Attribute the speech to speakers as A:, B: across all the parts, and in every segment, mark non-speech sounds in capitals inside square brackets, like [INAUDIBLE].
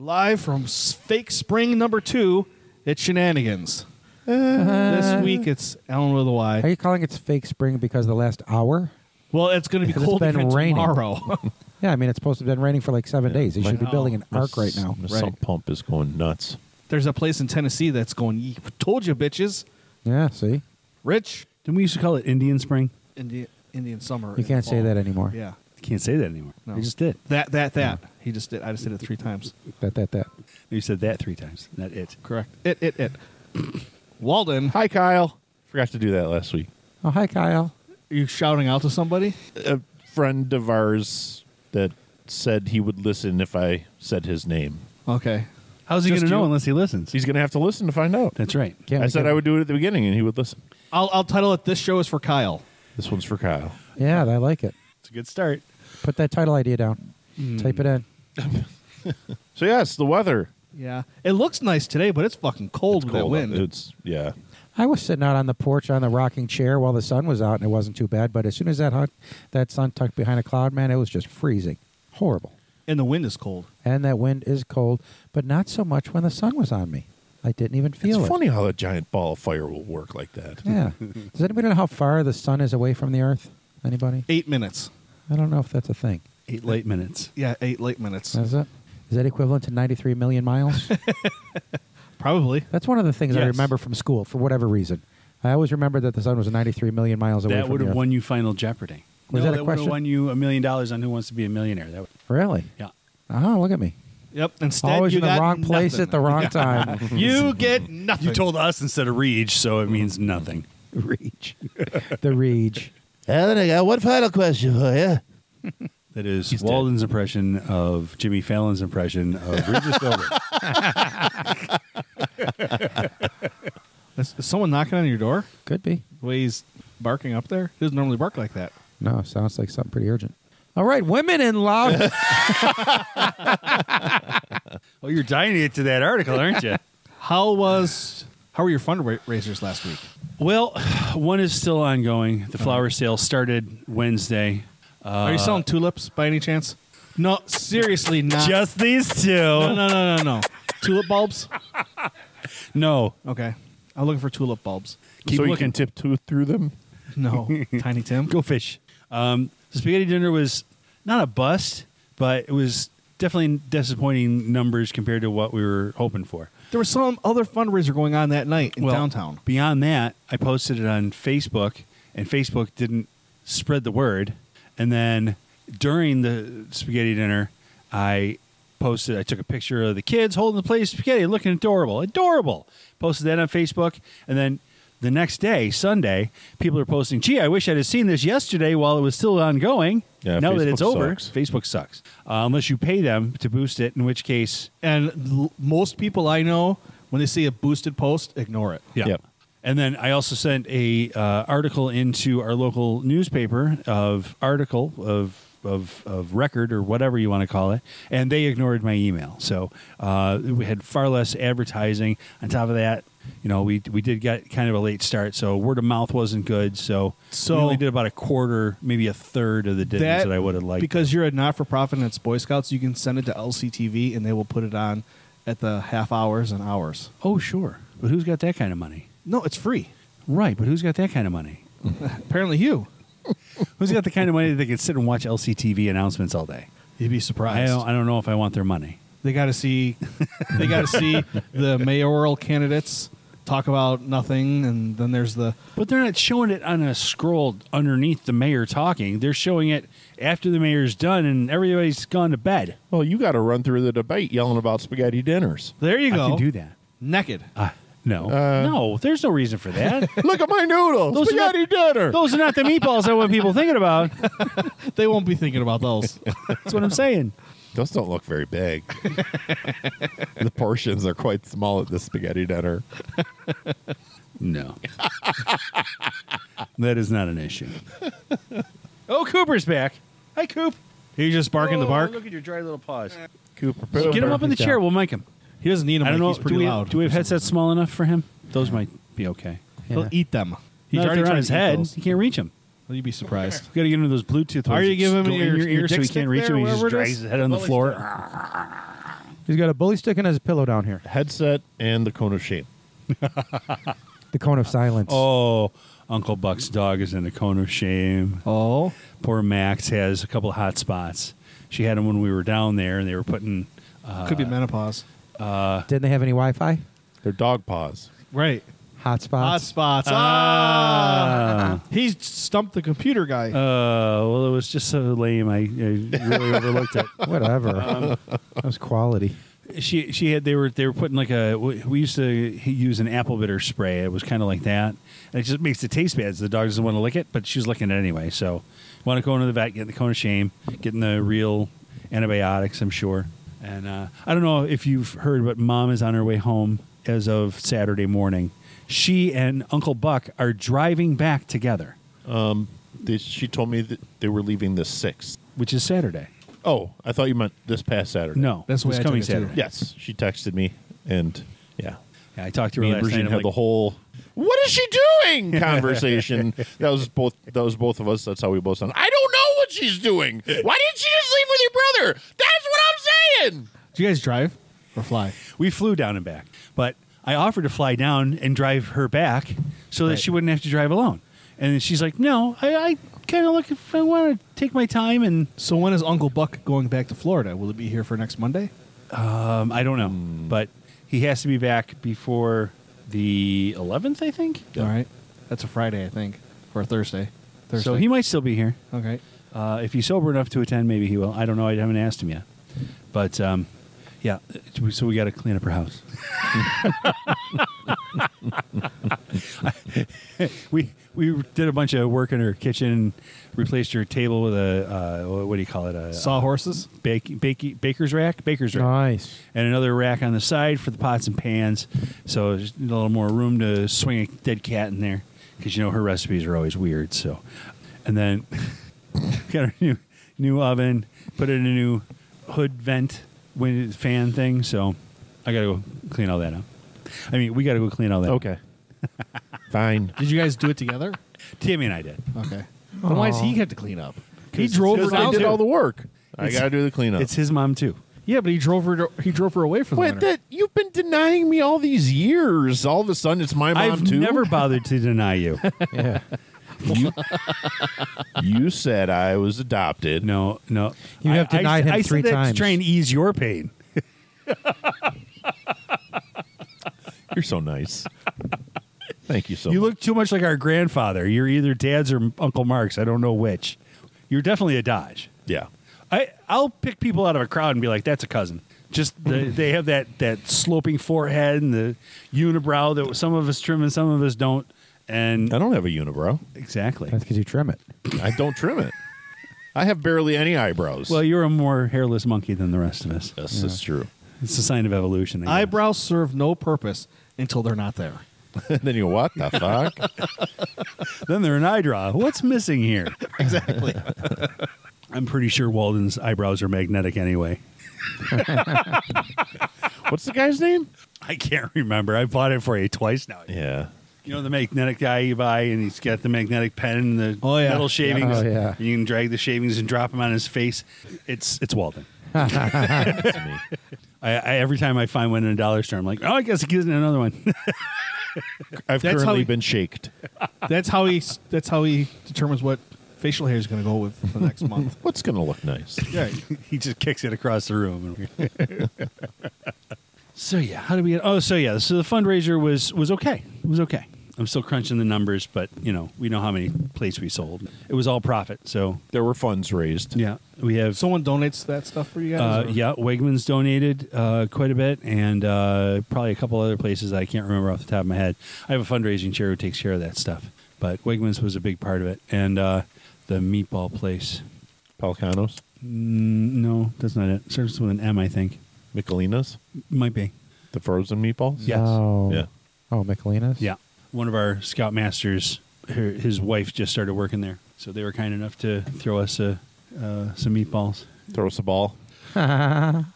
A: live from s- Fake Spring Number Two. It's Shenanigans. this
B: Uh-huh.
A: week it's Ellen with a
B: Are
A: Y.
B: you calling it fake spring because the last hour?
A: Well, it's going to be
B: Because it's
A: cold
B: been
A: even
B: raining.
A: tomorrow. [LAUGHS]
B: Yeah, I mean it's supposed to have been raining for like seven days. They should be
A: now.
B: building an arc right
C: s-
B: now.
C: The
A: Right.
C: sump pump is going nuts.
A: There's a place in Tennessee that's going. "Ye- Told you, bitches.
B: Yeah, see,
A: Rich
D: Didn't we used to call it Indian Spring?
A: Indian Indian summer.
B: you
A: in
B: can't say
A: fall.
B: that anymore.
A: Yeah,
D: Can't say that anymore.
A: No.
D: I just did.
A: that that that. He just did. I just did it three times.
B: That that that.
D: You said that three times. Not it.
A: Correct. It it [COUGHS] it. Walden,
C: Hi, Kyle. Forgot to do that last week.
B: Oh hi Kyle.
A: are you shouting out to somebody?
C: A friend of ours that said he would listen if I said his name.
A: Okay.
D: How's he
A: Just
D: going to know
A: you?
D: unless he listens?
C: He's going to have to listen to find out.
D: That's right.
B: Can't
C: I
B: we
C: said
B: get-
C: I would do it at the beginning, and he would listen.
A: I'll I'll title it. This show is for Kyle.
C: This one's for Kyle.
B: Yeah, I like it.
D: It's a good start.
B: Put that title idea down. Type it in.
C: So yes, the weather.
A: Yeah. It looks nice today, but it's fucking cold
C: It's
A: with that
C: cold.
A: wind.
C: It's yeah.
B: I was sitting out on the porch on the rocking chair while the sun was out, and it wasn't too bad. But as soon as that hot, that sun tucked behind a cloud, man, it was just freezing, horrible.
A: And the wind is cold.
B: And that wind is cold, but not so much when the sun was on me. I didn't even feel
C: It's
B: it.
C: funny how a giant ball of fire will work like that.
D: [LAUGHS]
B: Yeah. Does anybody know how far the sun is away from the Earth? Anybody?
A: Eight minutes.
B: I don't know if that's a thing.
D: Eight late minutes.
A: Yeah, eight late minutes.
B: Is it? Is that equivalent to 93 million
D: [LAUGHS]
B: miles?
A: Probably.
B: that's one of the things I
D: Yes.
B: remember from school for whatever reason. I always remembered that the sun was 93 million miles away
D: That
B: from
D: would
B: the
D: have
B: Earth.
D: won you Final Jeopardy.
B: Was
D: no,
B: that a
D: would have
B: question?
D: won you a million dollars on Who Wants to Be a Millionaire. That would,
B: Really?
D: yeah.
B: Oh, look at me.
A: Yep. Instead,
B: always
A: you
B: in the
A: got
B: wrong place
A: nothing.
B: at the wrong
D: [LAUGHS]
B: time.
A: You get nothing.
D: Hmm. You told us instead of reach, so it means nothing. Reach.
B: the Reach.
C: Uh, then I got one final question for you.
D: That is
C: He's dead.
D: Walden's impression of Jimmy Fallon's impression of Regis [LAUGHS] Philbin.
A: Is, is someone knocking on your door?
B: Could be.
A: The way he's barking up there? He doesn't normally bark like that.
B: No, sounds like something pretty urgent. All right, women in love.
D: [LAUGHS] Oh, you're dying to get to that article, aren't you?
A: How was how were your fundraisers last week?
D: well, [SIGHS] one is still ongoing. The flower sale started Wednesday.
A: Are you
B: Uh,
A: selling tulips by any chance? No, seriously, not.
D: Just these two.
A: Uh, no, no, no, no, no. tulip bulbs.
D: No.
A: Okay, I'm looking for tulip bulbs.
D: Keep
C: so you can
D: looking.
C: tiptoe through them.
B: [LAUGHS]
A: No, Tiny Tim.
D: Go fish. Um, the spaghetti dinner was not a bust, but it was definitely disappointing numbers compared to what we were hoping for.
A: There was some other fundraiser going on that night in
D: Well,
A: downtown.
D: Beyond that, I posted it on Facebook, and Facebook didn't spread the word. And then during the spaghetti dinner, I posted, I took a picture of the kids holding the plate of spaghetti, looking adorable, adorable. Posted that on Facebook, and then the next day, Sunday, people are posting, "Gee, I wish I'd have seen this yesterday while it was still ongoing."
C: Yeah,
D: now that
C: Facebook
D: it's over,
C: sucks.
D: Facebook sucks. Uh, unless you pay them to boost it, in which case,
A: And l- most people I know, when they see a boosted post, ignore it.
D: Yeah.
C: Yep.
D: And then I also sent a uh, article into our local newspaper of article of of of record or whatever you want to call it, and they ignored my email. So uh, we had far less advertising. On top of that, you know, we we did get kind of a late start, so word of mouth wasn't good. So,
A: So-
D: we only did about a quarter, maybe a third of the dinners that, I would have liked.
A: because you're a not-for-profit and it's Boy Scouts. You can send it to LCTV and they will put it on at the half hours and hours.
D: oh sure, but who's got that kind of money?
A: No, it's free. [LAUGHS]
D: Right, but who's got that kind of money?
A: Apparently, you.
D: Who's got the kind of money that they can sit and watch LCTV announcements all day?
A: You'd be
D: I
A: surprised.
D: don't, I don't know if I want their money.
A: They got to
D: [LAUGHS]
A: see, they got to see the mayoral candidates talk about nothing, and then there's the
D: But they're not showing it on a scroll underneath the mayor talking. They're showing it after the mayor's done and everybody's gone to bed.
C: Well, you got to run through the debate yelling about spaghetti dinners.
A: there you
D: I
A: go.
D: can do that.
A: naked.
D: Uh, no. no, there's no reason for that.
C: Look at my noodles.
D: Those are not-
C: spaghetti dinner.
D: Those are not the meatballs I want people thinking about.
A: They won't be thinking about
D: [LAUGHS]
A: those.
D: That's what I'm saying.
C: Those don't look very [LAUGHS] big. the portions are quite small at this spaghetti dinner.
D: No. that is not an issue. Oh, Cooper's back. Hi, Coop.
A: He's just barking the
D: Oh,
A: bark.
D: Look at your dry little paws.
C: Cooper,
D: Get him up in the chair. We'll mic him.
A: He doesn't need them.
D: I don't know.
A: He's pretty
D: do we,
A: loud.
D: do we have headsets small enough for him? Those might be okay.
B: Yeah.
A: He'll eat them.
D: He's
A: already
D: already
A: tried
D: on
A: to
D: his
A: eat
D: head.
A: those.
D: He can't reach him.
A: You've be surprised.
D: You got to get him those Bluetooth.
A: Are
D: ones
A: you
D: that
A: giving
D: go
A: him
D: in
A: your-
D: your,
A: your
D: ear so
A: dick
D: he
A: stick
D: can't reach
A: there,
D: him? He just
A: wherever it
D: drags
A: is?
D: his head on the floor.
B: He's got a bully stick and has a pillow down here.
C: Headset and the cone of shame.
B: The cone of silence.
D: Oh, Uncle Buck's dog is in the cone of shame.
A: Oh,
D: Poor Max has a couple of hot spots. She had him when we were down there, and they were putting.
A: could be menopause.
B: Didn't they have any Wi-Fi?
C: They're dog paws.
A: Right. Hot
B: Hotspots.
A: spots. Ah. He stumped the computer guy.
D: Uh, well, it was just so lame. I, I really [LAUGHS] overlooked it.
B: Whatever. that was quality.
D: She she had they were they were putting like a we used to use an apple bitter spray. It was kind of like that. And it just makes it taste bad. So the dog doesn't want to lick it, but she's licking it anyway. So want to go into the vet, get the cone of shame, getting the real antibiotics. I'm sure. And uh, I don't know if you've heard, but mom is on her way home as of Saturday morning. She and Uncle Buck are driving back together,
C: They, she told me that they were leaving the sixth.
D: which is Saturday.
C: Oh, I thought you meant this past Saturday.
D: No,
A: That's the way
D: it's
A: I took
D: coming
A: it, too.
D: Saturday.
C: Yes, she texted me, and yeah,
D: Yeah, I talked to her
C: me and
D: last night.
C: Brigitte
D: I'm
C: had
D: like,
C: the whole "What is she
D: [LAUGHS]
C: doing?" conversation. that was both. That was both of us. That's how we both sound. I don't know what she's doing. Why didn't she just leave with your brother? That's what I'm saying.
A: Do you guys drive or fly?
D: We flew down and back, but I offered to fly down and drive her back so that she wouldn't have to drive alone. And then she's like, "No, I, I kind of like if I want to take my time and
A: So when is Uncle Buck going back to Florida? Will it be here for next Monday?
D: um, I don't know, but he has to be back before the 11th, I think.
A: All right. That's a Friday, I think, or a Thursday. Thursday.
D: So he might still be here.
A: Okay.
D: Uh, if he's sober enough to attend, maybe he will. I don't know. I haven't asked him yet. But um, yeah, so we got to clean up her house. [LAUGHS] we we did a bunch of work in her kitchen, replaced her table with a uh, what do you call it? A
A: Sawhorses?
D: bake, bake, baker's rack, baker's rack,
B: Nice.
D: and another rack on the side for the pots and pans. So just a little more room to swing a dead cat in there because you know her recipes are always weird. So, and then [LAUGHS] got her new new oven, put in a new hood vent wind fan thing. So I gotta go clean all that up. I mean, we gotta go clean all that. up.
C: Fine.
A: Did you guys do it together?
D: Timmy and I did.
A: Okay. Then why does he have to clean up? He
D: 'Cause
A: drove her
D: it's-
C: I
A: down.
C: did
D: too.
C: all the work. I
D: It's-
C: gotta do the cleanup.
D: It's his mom too.
A: Yeah, but he drove her. He drove her away for the
C: Wait,
A: winter.
C: that you've been denying me all these years. All of a sudden, it's my mom
D: I've
C: too.
D: never
B: [LAUGHS]
D: bothered to deny you.
B: Yeah.
C: You, you said I was adopted.
D: No, no.
B: You have
D: I- I-
B: denied him
D: I
B: three
D: said that
B: times.
D: To try and ease your pain.
C: You're so nice. Thank you so
D: You
C: much.
D: look too much like our grandfather. You're either dad's or Uncle Mark's. I don't know which. You're definitely a Dodge.
C: yeah.
D: I I'll pick people out of a crowd and be like, "That's a cousin." Just the, they have that that sloping forehead and the unibrow that some of us trim and some of us don't. And
C: I don't have a unibrow.
D: exactly.
B: [LAUGHS] That's because you trim it.
C: I don't trim it. I have barely any eyebrows.
D: Well, you're a more hairless monkey than the rest of us.
C: yes, that's true. [LAUGHS]
D: It's a sign of evolution. I guess.
A: Eyebrows serve no purpose until they're not there.
C: and then you what the fuck?
D: then they're an eyebrow. What's missing here? [LAUGHS] exactly. I'm pretty sure Walden's eyebrows are magnetic anyway.
C: What's the guy's name?
D: I can't remember. I bought it for you twice now.
C: Yeah.
D: You know the magnetic guy you buy, and he's got the magnetic pen and the
A: Oh, yeah.
D: metal shavings.
B: Oh, yeah.
D: You can drag the shavings and drop them on his face. It's it's Walden.
C: That's me.
D: I, I every time I find one in a dollar store, I'm like, oh, I guess he gives me another one. [LAUGHS]
C: I've
A: That's how
C: currently
A: he-
C: been shaked.
A: That's how he. That's how he determines what facial hair is going to go with for the next
D: [LAUGHS]
A: month.
C: What's gonna look nice?
A: Yeah.
D: he just kicks it across the room. [LAUGHS] so yeah, how do we? Get, oh, so yeah, so the fundraiser was was okay. It was okay. I'm still crunching the numbers, but you know we know how many plates we sold. It was all profit. So
C: There were funds raised.
D: yeah, we have
A: Someone donates that stuff for you guys.
D: Uh,
A: or-
D: yeah, Wegmans donated uh, quite a bit, and uh, probably a couple other places that I can't remember off the top of my head. I have a fundraising chair who takes care of that stuff, but Wegmans was a big part of it, and uh, the meatball place.
C: Pelicanos,
D: Mm, no, that's not it. Starts with an M, I think.
C: Michelinas,
D: Might be.
C: the frozen meatballs.
D: Yes.
B: No.
C: Yeah.
B: Oh, Michelinas?
D: Yeah, one of our scoutmasters, her, his wife just started working there, so they were kind enough to throw us a, uh, some meatballs.
C: Throw us a ball.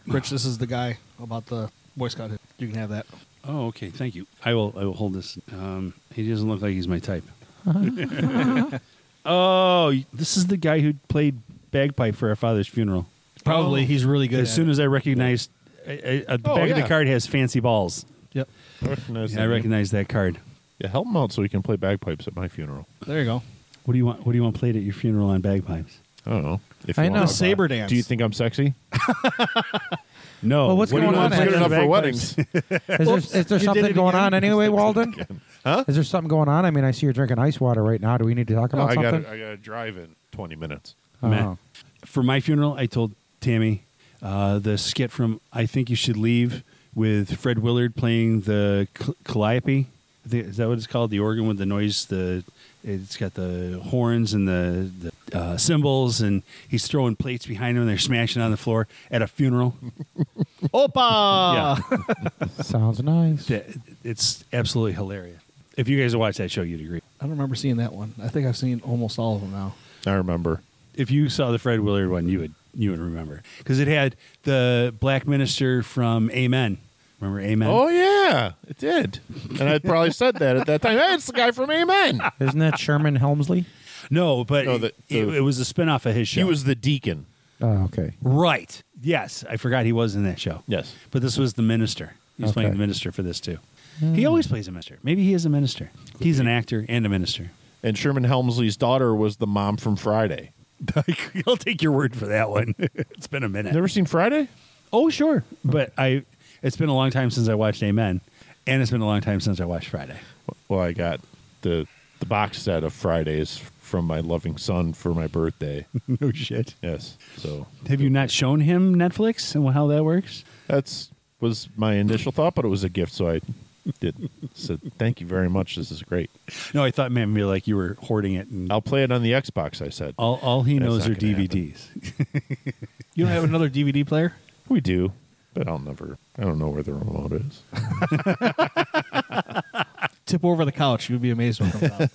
A: Rich, this is the guy about the Boy Scout. hat. You can have that.
D: Oh, okay. Thank you. I will. I will hold this. Um, he doesn't look like he's my type. [LAUGHS] oh, this is the guy who played bagpipe for our father's funeral.
A: Probably he's really good.
D: As soon as I recognized I, I, uh, the
C: Oh,
D: back of
C: yeah.
D: the card has fancy balls.
A: Yep.
C: Recognize
D: Yeah, I
C: that.
D: recognize that card.
C: Yeah, help him out so he can play bagpipes at my funeral.
A: There you go.
D: What do you want? What do you want played at your funeral on bagpipes?
C: I don't know. If
B: I
C: you
B: know.
C: want
A: The
C: to-
A: saber dance.
C: Do you think I'm sexy?
D: No.
B: Well, what's
D: What do you
B: going
D: want
B: on
D: played
B: at
C: good
B: your
C: enough for
B: [LAUGHS]
C: weddings.
D: bagpipes?
B: Is there, is there
D: You did
B: something
D: it
B: going
D: again.
B: on
C: [LAUGHS]
B: anyway, Walden?
C: Huh?
B: Is there something going on? I mean, I see you're drinking ice water right now. Do we need to talk
C: No,
B: about
C: I got
B: something?
C: I got to drive in 20 minutes.
D: Meh.
B: Oh.
D: For my funeral, I told Tammy uh, the skit from "I Think You Should Leave" with Fred Willard playing the cal- calliope. I think- Is that what it's called? The organ with the noise. The it's got the horns and the, the uh, cymbals, and he's throwing plates behind him. and They're smashing on the floor at a funeral.
A: Opa!
B: Oh. Sounds nice.
D: That- It's absolutely hilarious. If you guys watch that show, you'd agree.
A: [LAUGHS] I don't remember seeing that one. I think I've seen almost all of them now.
C: I remember.
D: if you saw the Fred Willard one, you would you would remember because it had the black minister from Amen. Remember Amen?
C: Oh yeah, it did. And I probably said that at that time. Hey, it's the guy from Amen.
B: Isn't that Sherman Helmsley?
D: No, but
C: No, the-
D: it,
C: the-
D: it was a spinoff of his show.
C: He was the deacon.
B: Oh, okay.
D: right. Yes, I forgot he was in that show.
C: Yes.
D: but this was the minister. He was
B: Okay.
D: playing the minister for this too. He always plays a minister. Maybe he is a minister. He's an actor and a minister. [LAUGHS]
C: And Sherman Helmsley's daughter was the mom from Friday.
D: I'll take your word for that one. [LAUGHS] it's been a minute.
C: Never seen Friday?
D: oh sure, but I. It's been a long time since I watched Amen, and it's been a long time since I watched
C: [LAUGHS]
D: Friday.
C: Well, I got the the box set of Fridays from my loving son for my birthday.
D: no shit.
C: yes. So
D: Have you not shown him Netflix and how that works?
C: that's was my initial thought, but it was a gift, so I did said thank you very much. This is great.
D: No, I thought maybe like you were hoarding it, and
C: I'll play it on the Xbox. I said
D: all all he
C: That's
D: knows
C: not
D: are
C: gonna happen.
D: DVDs. [LAUGHS]
A: You don't have another DVD player?
C: we do, but I'll never. I don't know where the remote
D: [LAUGHS]
C: is.
A: Tip over the couch. You'd be amazed what comes out.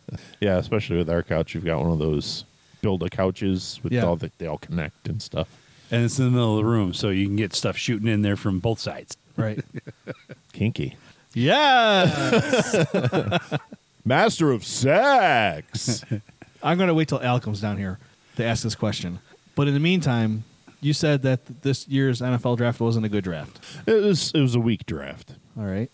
D: [LAUGHS]
C: Yeah, especially with our couch, you've got one of those build a couches with
A: Yeah.
C: all that they all connect and stuff.
D: and it's in the middle of the room, so you can get stuff shooting in there from both sides.
A: Right.
C: Kinky.
A: Yeah.
C: Master of
D: [LAUGHS]
C: sex.
A: I'm going to wait till Al comes down here to ask this question. But in the meantime, you said that this year's NFL draft wasn't a good draft.
C: it was it was a weak draft.
A: All right.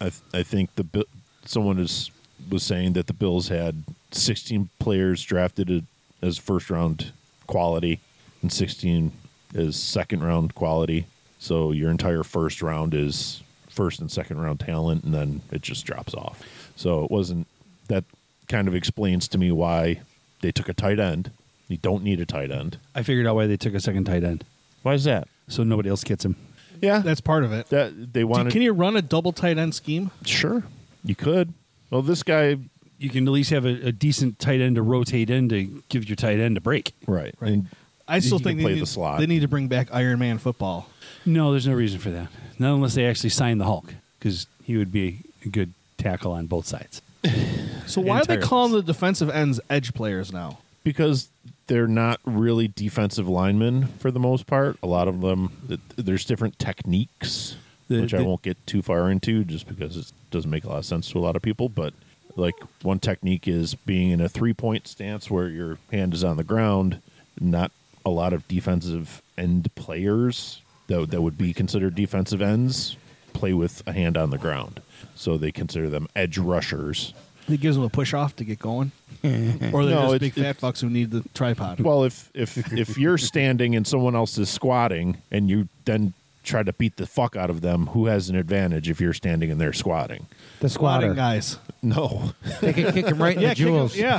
C: I th- I think the Bi- someone is was saying that the Bills had 16 players drafted a- as first round quality and 16 as second round quality. So your entire first round is first and second round talent, and then it just drops off. So it wasn't that kind of explains to me why they took a tight end. You don't need a tight end.
D: I figured out why they took a second tight end,
C: Why is that?
D: so nobody else gets him.
C: Yeah,
A: That's part of it.
C: that they wanted.
A: Can you run a double tight end scheme?
C: sure, you could. Well, this guy
D: You can at least have a, a decent tight end to rotate in to give your tight end a break.
C: Right.
A: Right.
C: And
A: I still
C: you
A: think
C: can
A: they
C: play
A: need,
C: the slot.
A: they need to bring back Iron Man football.
D: No, there's no reason for that. Not unless they actually sign the Hulk, because he would be a good tackle on both sides.
A: So why do they
D: Entirely.
A: call them the defensive ends edge players now?
C: because they're not really defensive linemen for the most part. A lot of them, th- there's different techniques,
D: The-
C: which I
D: the-
C: won't get too far into just because it doesn't make a lot of sense to a lot of people. But like one technique is being in a three point stance where your hand is on the ground. Not a lot of defensive end players that, that would be considered defensive ends play with a hand on the ground. So they consider them edge rushers.
A: It gives them a push off to get
C: [LAUGHS]
A: going, or they're
C: No,
A: just
C: it's-
A: big fat
C: it's-
A: fucks who need the tripod.
C: Well, if if if you're standing and someone else is squatting, and you then try to beat the fuck out of them, who has an advantage if you're standing and they're squatting?
B: The
A: Squatting
B: squatter.
A: guys.
C: No,
B: They could kick him right in the
A: kick 'em- [LAUGHS]
B: jewels.
C: [LAUGHS]
A: yeah.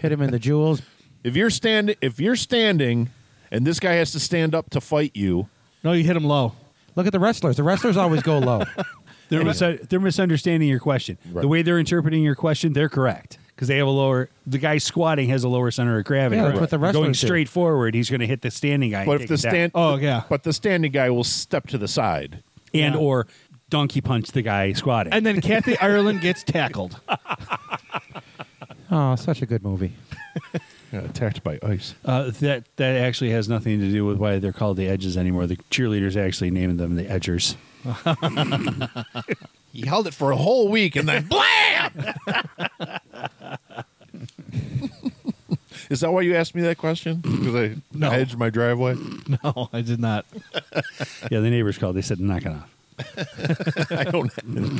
B: Hit him in the jewels.
C: if you're standing, if you're standing, and this guy has to stand up to fight you,
A: No, you hit them low.
B: Look at the wrestlers. The wrestlers always go low.
D: They're, mis- they're misunderstanding your question.
C: Right.
D: The way they're interpreting your question, they're correct because they have a lower. The guy squatting has a lower center of gravity.
B: Yeah, that's what the wrestlers
D: Going
B: do.
D: straight forward, he's going to hit the standing guy. and
C: but if
D: take
C: the
D: it down.
C: stand,
A: Oh yeah.
C: but the standing guy will step to the side.
D: and
A: Yeah.
D: or donkey punch the guy squatting.
A: And then
C: [LAUGHS]
A: Kathy Ireland gets [LAUGHS] tackled.
B: Oh, such a good movie.
C: attacked by ice.
D: uh, that that actually has nothing to do with why they're called the edges anymore. The cheerleaders actually named them the edgers.
C: He held it for a whole week, and then [LAUGHS] blam. Is that why you asked me that question? Because I
A: No.
C: edged my driveway.
A: No, I did not.
D: yeah, the neighbors called. They said, knock it off.
C: I don't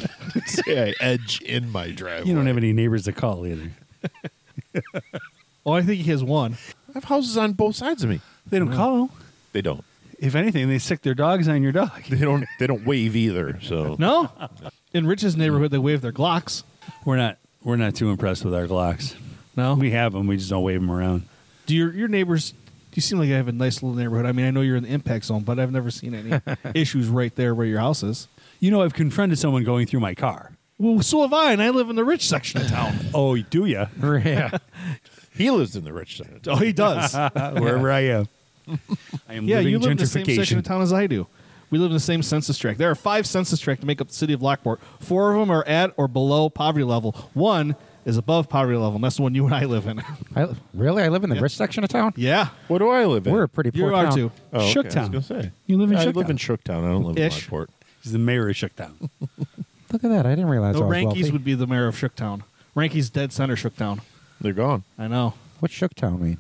C: [LAUGHS] say I edge in my driveway.
D: You don't have any neighbors to call either.
A: Oh, I think he has one.
C: I have houses on both sides of me.
D: They don't call.
C: They don't.
D: If anything, they stick their dogs on your dog.
C: They don't. They don't wave either. So
A: No, in Rich's neighborhood, they wave their Glocks.
D: We're not we're not too impressed with our Glocks.
A: No,
D: We have them, we just don't wave them around.
A: do your your neighbors? You seem like you have a nice little neighborhood. I mean, I know you're in the impact zone, but I've never seen any issues right there where your house is.
D: You know, I've confronted someone going through my car.
A: Well, so have I, and I live in the rich section of
D: [LAUGHS]
A: town.
D: Oh,
A: [LAUGHS]
D: do ya?
B: yeah.
C: he lives in the rich side. of town.
A: oh, he does.
D: Uh, Wherever
A: [LAUGHS]
D: I am. I am
A: yeah,
D: living
A: you live in the same section
D: gentrification.
A: of town as I do. We live in the same census tract. There are five census tracts to make up the city of Lockport. Four of them are at or below poverty level. One is above poverty level. And that's the one you and I live in. [LAUGHS]
B: I, really? I live in the rich section of town?
A: yeah,
C: What do I live in?
B: We're a pretty
A: you
B: poor
A: are
B: town.
A: too.
C: oh, okay, I was
D: Shooktown.
C: gonna say.
D: You live in
C: I
D: Shooktown.
C: live in Shooktown. I don't live in
A: Ish.
C: Lockport.
D: He's the mayor of Shooktown.
B: Look at that. I didn't realize
A: No,
B: I was
A: Rankies
B: wealthy.
A: would be the mayor of Shooktown. Rankies dead center Shooktown.
C: They're gone.
A: I know,
B: What's Shooktown mean?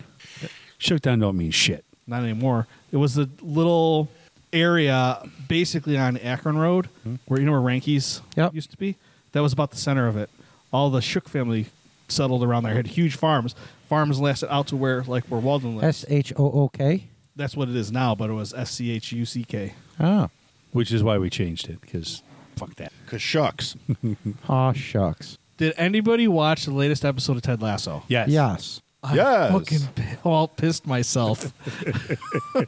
D: Shooktown don't mean shit.
A: not anymore. It was the little area basically on Akron Road where you know where Rankies
B: Hmm. Yep.
A: used to be. That was about the center of it. All the Shook family settled around there. Had huge farms. Farms lasted out to where like where Walden lived.
B: S H O O K?
A: That's what it is now, but it was S C H U C K.
B: Oh.
D: Which is why we changed it, because fuck that.
C: Cause shucks.
B: Aw, shucks.
A: Did anybody watch the latest episode of Ted Lasso? [LAUGHS]
D: Yes.
B: Yes.
C: yes.
A: Fucking [LAUGHS] p- all pissed myself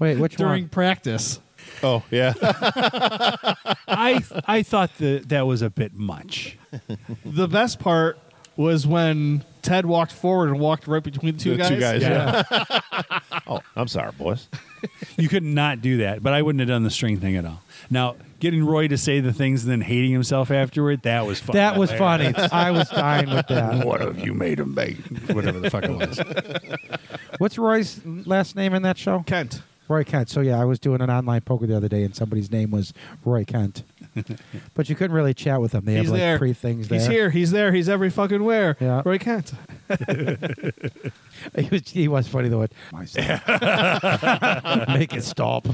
B: Wait, which
A: during
B: one?
A: practice.
C: Oh yeah. [LAUGHS]
D: I I thought that that was a bit much.
A: The best part was when Ted walked forward and walked right between the two
C: The
A: guys.
C: two guys. yeah. oh, I'm sorry, boys.
D: You could not do that, but I wouldn't have done the string thing at all. Now, getting Roy to say the things and then hating himself afterward, that was fun.
B: That was funny. I was dying with
A: [LAUGHS]
B: that.
D: What have you made him make? Whatever the fuck it was.
B: What's Roy's last name in that show?
A: Kent.
B: Roy Kent. So yeah, I was doing an online poker the other day, and somebody's name was Roy
A: [LAUGHS]
B: Kent, but you couldn't really chat with them. They
A: He's
B: have like
A: there.
B: three things
A: He's
B: there.
A: here. He's there. He's every fucking where.
B: Yeah.
A: Roy Kent.
B: [LAUGHS] He was, he was
A: [LAUGHS]
B: funny though. My son. Make it stop.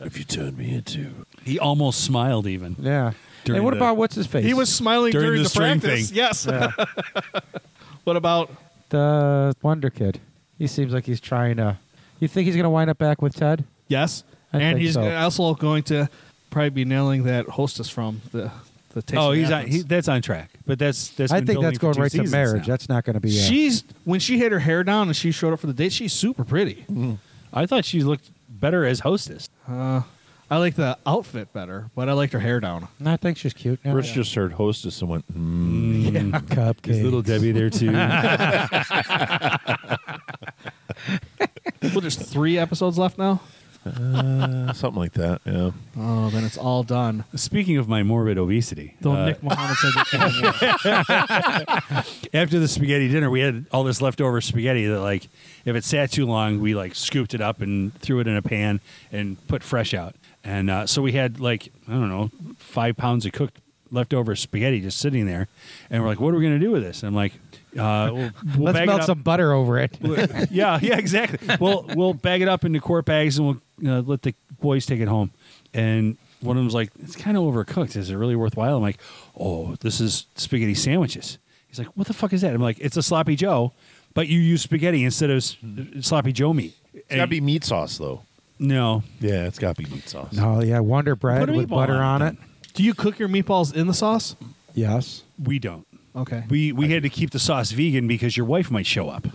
C: If you turn me into
D: He almost smiled even.
B: [LAUGHS] Yeah.
D: During
B: and what
D: the-
B: about what's his face?
A: He was smiling during,
D: During
A: the,
D: the string
A: practice.
D: thing.
A: Yes.
B: Yeah.
A: [LAUGHS] what about
B: the Wonder Kid. He seems like he's trying to. You think he's going to wind up back with Ted?
A: yes?
B: I
A: and
B: think
A: he's
B: so.
A: also going to probably be nailing that hostess from the the Taste
D: oh,
A: of
D: he's on,
A: Athens.
D: he, that's on track. But that's that's.
B: I
D: been
B: think
D: building
B: that's
D: for
B: going
D: two
B: right to
D: seasons
B: marriage.
D: now.
B: That's not going to be. uh,
A: She's when she had her hair down and she showed up for the date. She's super pretty.
D: Mm-hmm. I thought she looked better as hostess.
A: I like the outfit better, but I liked her hair down.
B: I think she's cute. Yeah.
C: Rich just heard hostess and went, mm.
B: Cupcakes.
D: Is little Debbie there too? [LAUGHS]
A: well, there's three episodes left now.
C: uh, something like that. Yeah.
A: Oh, then it's all done.
D: Speaking of my morbid obesity,
A: Though
D: uh,
A: Nick Mohammed said
D: [LAUGHS]
A: that
D: after the spaghetti dinner, we had all this leftover spaghetti that, like, if it sat too long, we like scooped it up and threw it in a pan and put fresh out. And uh, so we had like I don't know five pounds of cooked leftover spaghetti just sitting there, and we're like, "What are we gonna do with this?" And I'm like, uh, we'll, we'll
B: Let's
D: bag it
B: melt
D: up.
B: some butter over it. [LAUGHS]
D: [LAUGHS] yeah, yeah, exactly. We'll we'll bag it up into quart bags and we'll uh, let the boys take it home. And one of them's like, "It's kind of overcooked. Is it really worthwhile?" I'm like, "Oh, this is spaghetti sandwiches." He's like, "What the fuck is that?" I'm like, "It's a sloppy Joe, but you use spaghetti instead of s- sloppy Joe meat."
C: It's gotta be meat sauce though.
D: no.
C: Yeah, it's gotta be meat sauce.
B: No, yeah, Wonder Bread
D: Put a
B: with
D: meatball
B: butter
D: on
B: on
D: it
B: it.
A: Do you cook your meatballs in the sauce?
B: Yes.
D: We don't.
A: Okay,
D: We we had to keep the sauce vegan because your wife might show up.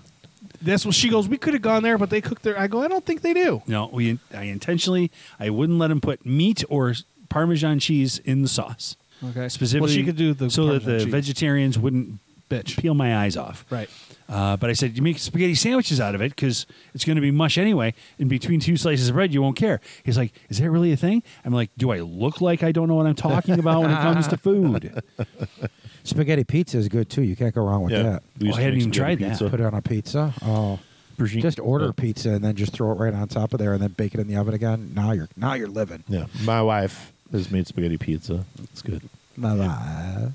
A: that's what she goes. We could have gone there, but they cooked their. I go. I don't think they do.
D: No, we I intentionally I wouldn't let him put meat or Parmesan cheese in the sauce.
A: Okay,
D: specifically
A: Well, she could do the
D: so that
A: Parmesan
D: the
A: cheese.
D: vegetarians wouldn't
A: Bitch.
D: peel my eyes off.
A: Right.
D: Uh, but I said you make spaghetti sandwiches out of it because it's going to be mush anyway. In between two slices of bread, you won't care. He's like, "Is that really a thing?" I'm like, "Do I look like I don't know what I'm talking about when it comes to [LAUGHS] food?"
B: Spaghetti pizza is good too. You can't go wrong with
C: Yeah.
B: that.
D: Oh, I hadn't even tried that.
B: Put it on a pizza. Oh, just
D: uh,
B: order pizza and then just throw it right on top of there and then bake it in the oven again. Now you're now you're living.
C: Yeah, my wife has made spaghetti pizza. It's good.
B: Bye-bye.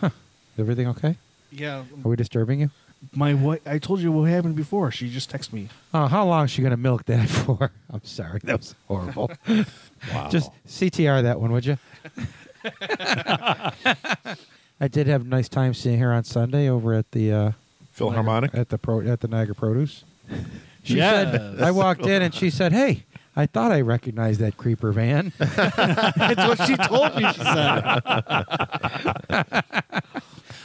B: Huh. Everything okay?
A: Yeah.
B: Are we disturbing you?
A: my wife. I told you what happened before. She just texted me. [LAUGHS]
B: Oh, how long is she going to milk that [LAUGHS] for? I'm sorry, that was horrible.
C: Wow.
B: Just CTR that one, would you? I did have a nice time seeing her on Sunday over at the uh,
C: Philharmonic?
B: at the pro, at the Niagara Produce. She said
D: Yes.
B: I walked in and she said, "Hey, I thought I recognized that creeper van."
A: That's what she told me. She said.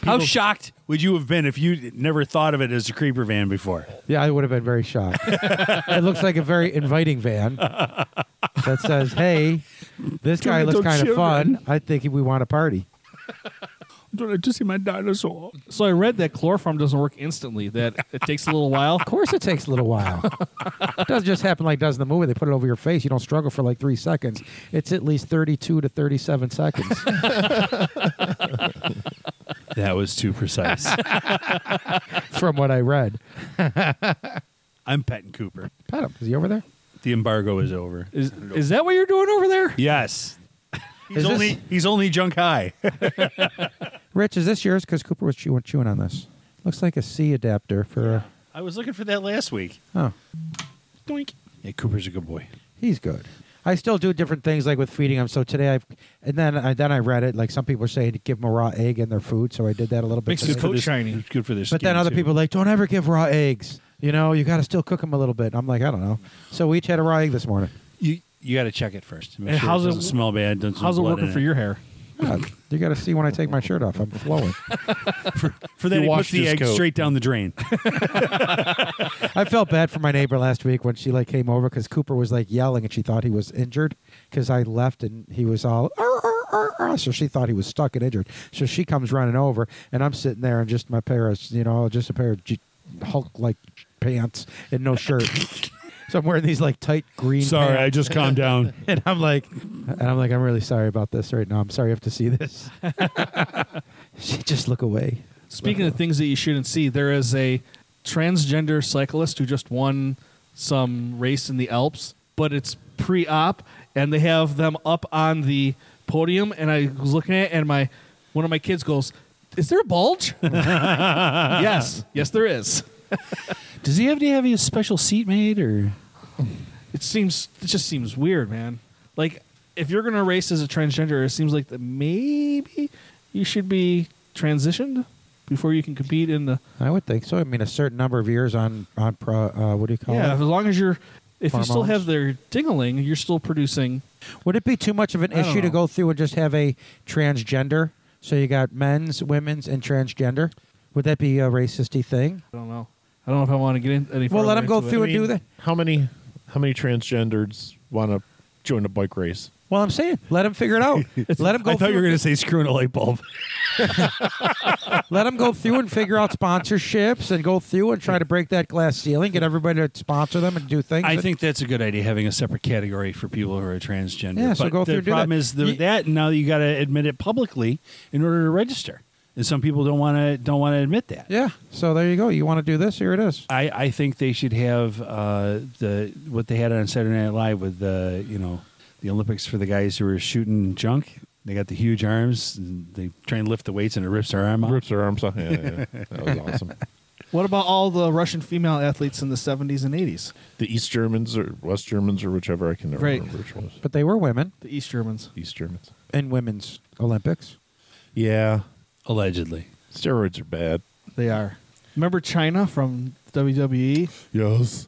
D: How shocked would you have been if you never thought of it as a creeper van before?
B: yeah, I would have been very shocked. it looks like a very inviting van that says, "Hey, this guy looks
D: Little
B: kind of
D: children.
B: fun. I think we want a party."
D: Don't to see my dinosaur.
A: [LAUGHS] So I read that chloroform doesn't work instantly. That it takes a little while.
B: Of course, it takes a little while. it doesn't just happen like it does in the movie. They put it over your face. You don't struggle for like three seconds. It's at least 32 to 37 seconds.
D: That was too precise.
B: from what I read.
D: [LAUGHS] I'm petting Cooper.
B: Pat him. Is he over there?
D: The embargo is over.
A: Is is that what you're doing over there?
D: Yes. He's
B: Is this-
D: only he's only junk high.
B: Rich, is this yours? Because Cooper was chewing, chewing on this. Looks like a C adapter for. Uh,
D: I was looking for that last week.
B: oh,
A: Doink.
D: Yeah, Cooper's a good boy.
B: he's good. I still do different things like with feeding him. So today I've, and then I, then I read it. Like some people are saying to give them a raw egg in their food. So I did that a little bit.
A: Makes his
B: today.
A: coat shiny.
D: Good for this.
B: But then other people are like, don't ever give raw eggs. You know, you got to still cook them a little bit. I'm like, I don't know. So we each had a raw egg this morning.
D: you you got to check it first. Make
A: And
D: sure
A: how's
D: it
A: it-
D: doesn't smell bad. Doesn't
A: How's it
D: blood
A: working
D: in
A: for your hair?
B: God, you got to see when I take my shirt off. I'm flowing.
D: [LAUGHS] For that,
C: You
D: he
C: washed
D: puts the
C: his
D: egg
C: coat.
D: straight down
B: [LAUGHS]
D: the drain.
B: I felt bad for my neighbor last week when she like came over because Cooper was like yelling and she thought he was injured because I left and he was all "Arr, arr, arr, arr," so she thought he was stuck and injured. So she comes running over and I'm sitting there and just my pair of you know just a pair of G- Hulk like pants and no shirt. so I'm wearing these like tight green. pants.
D: just calmed down. [LAUGHS]
B: and I'm like, and I'm like, I'm really sorry about this right now. I'm sorry you have to see this. [LAUGHS] she just look away.
A: Speaking of things that you shouldn't see, there is a transgender cyclist who just won some race in the Alps, but it's pre-op, and they have them up on the podium. And I was looking at, it, and my one of my kids goes, "Is there a
D: [LAUGHS]
A: bulge?" yes, yes, there is.
D: Does he have to have a special seat made or?
A: It seems it just seems weird, man. Like if you're gonna race as a transgender, it seems like that maybe you should be transitioned before you can compete in the
B: I would think so. I mean, a certain number of years on on pro. Uh, what do you call
A: Yeah, as
B: it?
A: long as you're, if you still
B: Hormones.
A: have their dingling, you're still producing.
B: Would it be too much of an
A: I don't
B: issue to
A: know.
B: go through and just have a transgender? So you got men's, women's, and transgender. Would that be a racist thing?
A: I don't know. I don't know if I want to get in any.
B: Well, let
A: further
B: them go
A: into it.
B: through
C: I
B: and do
C: mean,
B: that.
C: How many how many transgenders want to join a bike race?
B: Well, I'm saying let them figure it out. [LAUGHS] let them go.
D: I thought you
B: through-
D: were going to say screwing a
B: [LAUGHS]
D: light bulb.
B: Let them go through and figure out sponsorships and go through and try to break that glass ceiling. Get everybody to sponsor them and do things.
D: I
B: that-
D: think that's a good idea, having a separate category for people who are transgender.
B: Yeah, so
D: But
B: go through
D: The
B: and do
D: problem
B: that.
D: is the,
B: Ye-
D: that now you got to admit it publicly in order to register, and some people don't want to don't want to admit that.
B: Yeah. So there you go. You want to do this? Here it is.
D: I, I think they should have uh, the what they had on Saturday Night Live with the you know the Olympics for the guys who were shooting junk. They got the huge arms. And they try and lift the weights, and it rips their arm off.
C: Rips their arms off. Yeah, yeah, yeah. That was awesome.
A: What about all the Russian female athletes in the 70s and 80s?
C: The East Germans or West Germans or whichever I can never
A: Right.
C: remember which one. was.
B: But they were women
A: The East Germans.
C: East Germans.
B: in women's Olympics.
C: Yeah,
D: Allegedly,
C: steroids are bad.
A: They are. Remember China from E? WWE
C: Yes.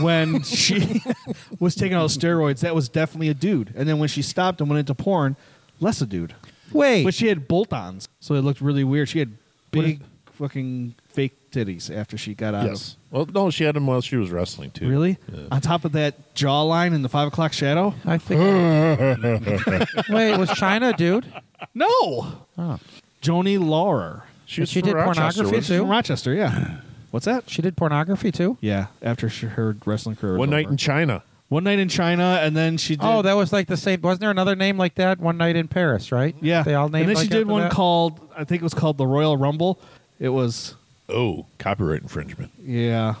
A: when she [LAUGHS] was taking all the steroids? That was definitely a dude. And then when she stopped and went into porn, less a dude.
B: Wait.
A: But she had bolt-ons, so it looked really weird. She had
C: What is-
A: big fucking fake titties after she got out.
C: Yes. Well, no, she had them while she was wrestling too.
A: Of, really?
C: Yeah.
A: On top of that jawline and the five o'clock
C: [LAUGHS]
A: shadow.
B: I
A: [LAUGHS]
B: think. Wait, was China, a dude?
A: No.
B: Oh.
A: Joni Laurer.
B: But
C: She, was
B: she
C: from
B: did
C: Rochester,
B: pornography,
C: wasn't she?
B: Who?
A: From Rochester,
C: [SIGHS]
A: yeah. What's that?
B: She did pornography too.
A: Yeah, after sh her wrestling career. was
C: One night
A: over.
C: in China.
A: One night in China, and then she did.
B: Oh, that was like the same. Wasn't there another name like that? One night in Paris, right?
A: Yeah.
B: They all
A: And
B: named.
A: then
B: like
A: she did
B: after
A: one
B: that?
A: called, I think it was called the Royal Rumble. It was,
C: Oh, copyright infringement. [LAUGHS]
A: yeah.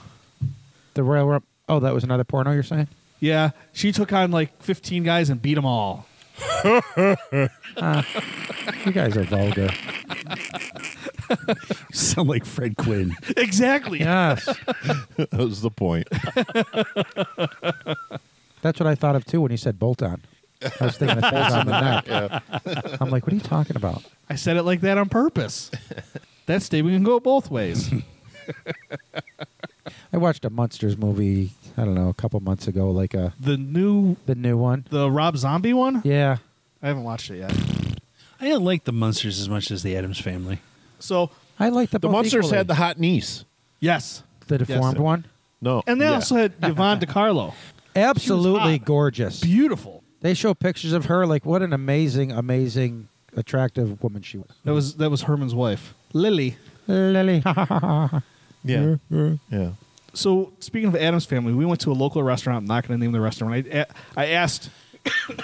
B: the Royal. Rum- Oh, that was another porno. You're saying?
A: Yeah. She took on like 15 guys and beat them all.
B: You guys are vulgar.
D: [LAUGHS] sound like Fred Quinn.
A: exactly.
B: Yes.
C: that was the point.
B: That's what I thought of too when you said bolt on. I was thinking of bolts
A: [LAUGHS]
B: on the neck.
C: Yeah.
B: I'm like, what are you talking about?
A: I said it like that on
B: [LAUGHS]
A: purpose. that statement can go both ways.
B: I watched a Munsters movie, I don't know, a couple months ago, like a
A: the new,
B: the new one.
A: the Rob Zombie one.
B: Yeah.
A: I haven't watched it yet.
D: I didn't like the Munsters as much as the Adams family.
A: So
B: I like the
C: The monsters had the hot niece.
A: yes,
B: the deformed
A: Yes.
B: one.
C: No,
A: and they
C: yeah.
A: also had
B: [LAUGHS]
A: Yvonne DiCarlo.
B: Absolutely
A: hot.
B: gorgeous.
A: Beautiful.
B: They show pictures of her. Like, what an amazing, amazing, attractive woman she was.
A: That was that was Herman's wife, Lily. [LAUGHS]
B: Lily.
C: yeah, yeah.
A: So speaking of Adam's family, we went to a local restaurant. I'm not going to name the restaurant. I I asked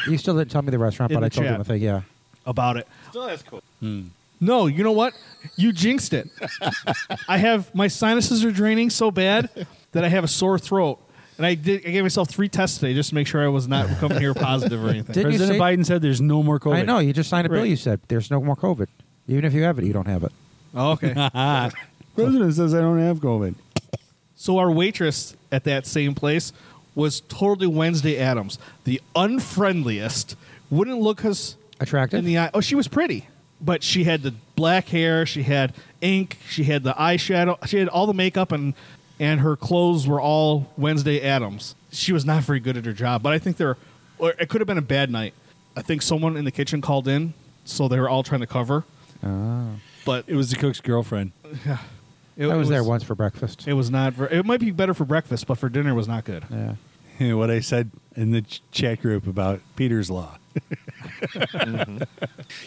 B: you still didn't tell me the restaurant,
A: In
B: but
A: the
B: I told you
A: chat.
B: the thing. Yeah.
A: about it. No, you know what? You jinxed it. I have my sinuses are draining so bad that I have a sore throat, and I did. I gave myself three tests today just to make sure I was not coming here positive or anything.
B: Did- Didn't you
D: President
B: say-
D: Biden said there's no more COVID.
B: I know. You just signed a bill.
A: Oh, Right.
B: You said there's no more COVID. Even if you have it, you don't have it.
A: Oh, okay.
D: President says I don't have COVID.
A: So our waitress at that same place was totally Wednesday Adams, the unfriendliest. Wouldn't look us
B: Attractive.
A: in the eye. Oh, she was pretty, but she had the black hair. She had ink. She had the eyeshadow. She had all the makeup, and and her clothes were all Wednesday Adams. She was not very good at her job, but I think there, or it could have been a bad night. I think someone in the kitchen called in, so they were all trying to cover. But
D: It was the cook's girlfriend.
A: it,
B: Ah. I
A: it
B: was, there once for breakfast.
A: It was not. Ver- it might be better for breakfast, but for dinner was not good.
B: yeah.
D: [LAUGHS] what I said in the ch- chat group about Peter's Law. [LAUGHS]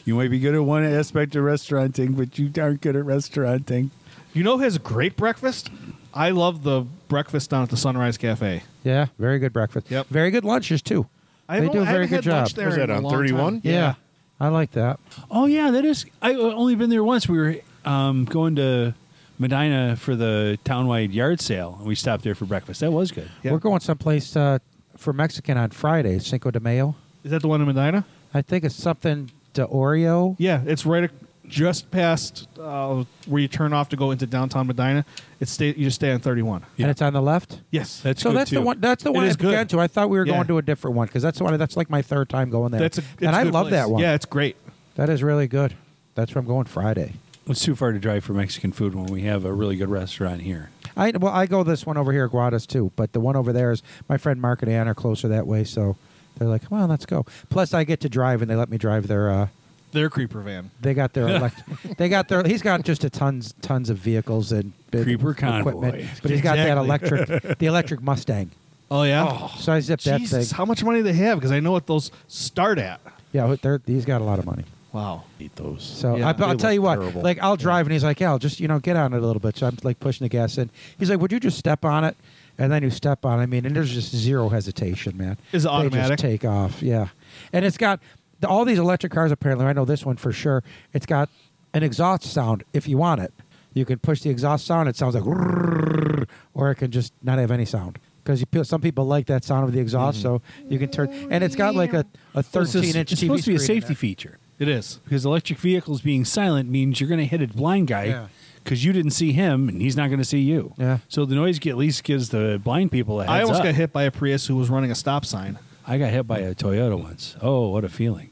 D: You might be good at one aspect of restauranting, but you aren't good at restauranting.
A: You know, who has great breakfast. I love the breakfast down at the Sunrise Cafe.
B: Yeah. Very good breakfast.
A: Yep.
B: Very good lunches too.
A: I
B: they
A: haven't-
B: do a
A: I
B: very
A: haven't
B: good
A: had
B: job.
A: lunch there
C: Was that
A: in a
C: on
A: long
C: 31?
A: time.
B: Yeah. I like that.
D: Oh yeah, that is. I uh, only been there once. We were um, going to Medina for the townwide yard sale, and we stopped there for breakfast. That was good.
A: Yeah.
B: We're going someplace uh, for Mexican on Friday, Cinco de Mayo.
A: Is that the one in Medina?
B: I think it's something to Oreo.
A: Yeah, it's right ac- just past uh, where you turn off to go into downtown Medina. It's stay, you just stay on 31.
D: Yeah.
B: And it's on the left.
A: Yes,
D: That's
B: so
D: good
B: that's
D: too.
B: the one. That's the one
A: is
B: I've
A: good.
B: been to. I thought we were
A: Yeah.
B: going to a different one because that's the one. That's like my third time going there.
A: that's a it's a
B: and I
A: good
B: love
A: place.
B: that one.
A: Yeah, it's great.
B: that is really good. That's where I'm going Friday.
D: It's too far to drive for Mexican food when we have a really good restaurant here.
B: I well, I go this one over here, Guadas too, but the one over there is my friend Mark and Ann are closer that way, so they're like, come on, let's go. Plus, I get to drive, and they let me drive their. Uh,
A: Their creeper van.
B: they got their
D: [LAUGHS]
B: elect- they got their he's got just a tons tons of vehicles and big
D: Creeper
B: equipment
D: convoy.
B: but he's got that
A: Exactly.
B: electric the electric mustang
A: Oh yeah.
B: so i zipped that
A: Jesus,
B: thing
A: how much money they have? Because I know what those start at.
B: yeah they're, he's got a lot of money
A: Wow.
C: Eat those.
B: So
A: Yeah.
B: I, but I'll
C: They
B: tell
C: look
B: you what,
C: terrible.
B: like I'll drive and he's like, yeah, I'll just, you know, get on it a little bit. So I'm like pushing the gas in. He's like, would you just step on it? And then you step on it. I mean, and there's just zero hesitation, man.
A: Is it
B: They
A: automatic?
B: just take off. Yeah. And it's got the, all these electric cars, apparently. I know this one for sure. It's got an exhaust sound if you want it. You can push the exhaust sound. It sounds like, [LAUGHS] "Rrrr," or it can just not have any sound. Because some people like that sound of the exhaust, so you can turn. And it's got like a, a 13 inch TV
D: It's supposed to be a
B: screen in
D: safety
B: it.
D: feature
A: It is.
D: because electric vehicles being silent means you're going to hit a blind
B: Yeah.
D: guy because you didn't see him and he's not going to see you.
B: Yeah.
D: So the noise g- at least gives the blind people a heads
A: I almost
D: up.
A: got hit by a Prius who was running a stop sign.
D: I got hit by a Toyota once. Oh, what
B: [LAUGHS]
D: a feeling.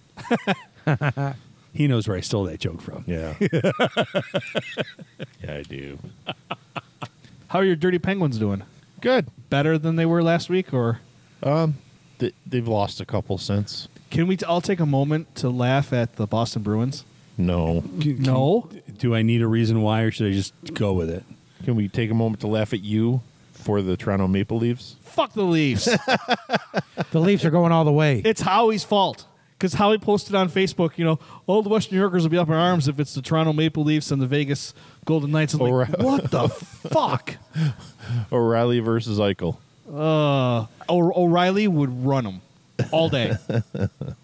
D: he knows where I stole that joke from.
A: [LAUGHS]
C: yeah, yeah, I do.
A: How are your dirty penguins doing?
C: Good.
A: Better than they were last week, or
C: They, they've lost a couple since.
A: can we? T- I'll take a moment to laugh at the Boston Bruins.
C: No.
A: No.
D: Do I need a reason why or should I just go with it?
C: Can we take a moment to laugh at you for the Toronto Maple Leafs?
A: Fuck the Leafs.
B: The Leafs are going all the way.
A: it's Howie's fault because Howie posted on Facebook, you know, all the West New Yorkers will be up in arms if it's the Toronto Maple Leafs and the Vegas Golden Knights. I'm like,
C: Oh,
A: [LAUGHS]
C: right.
A: what the fuck?
C: O'Reilly versus Eichel.
A: Uh, o- O'Reilly would run him all day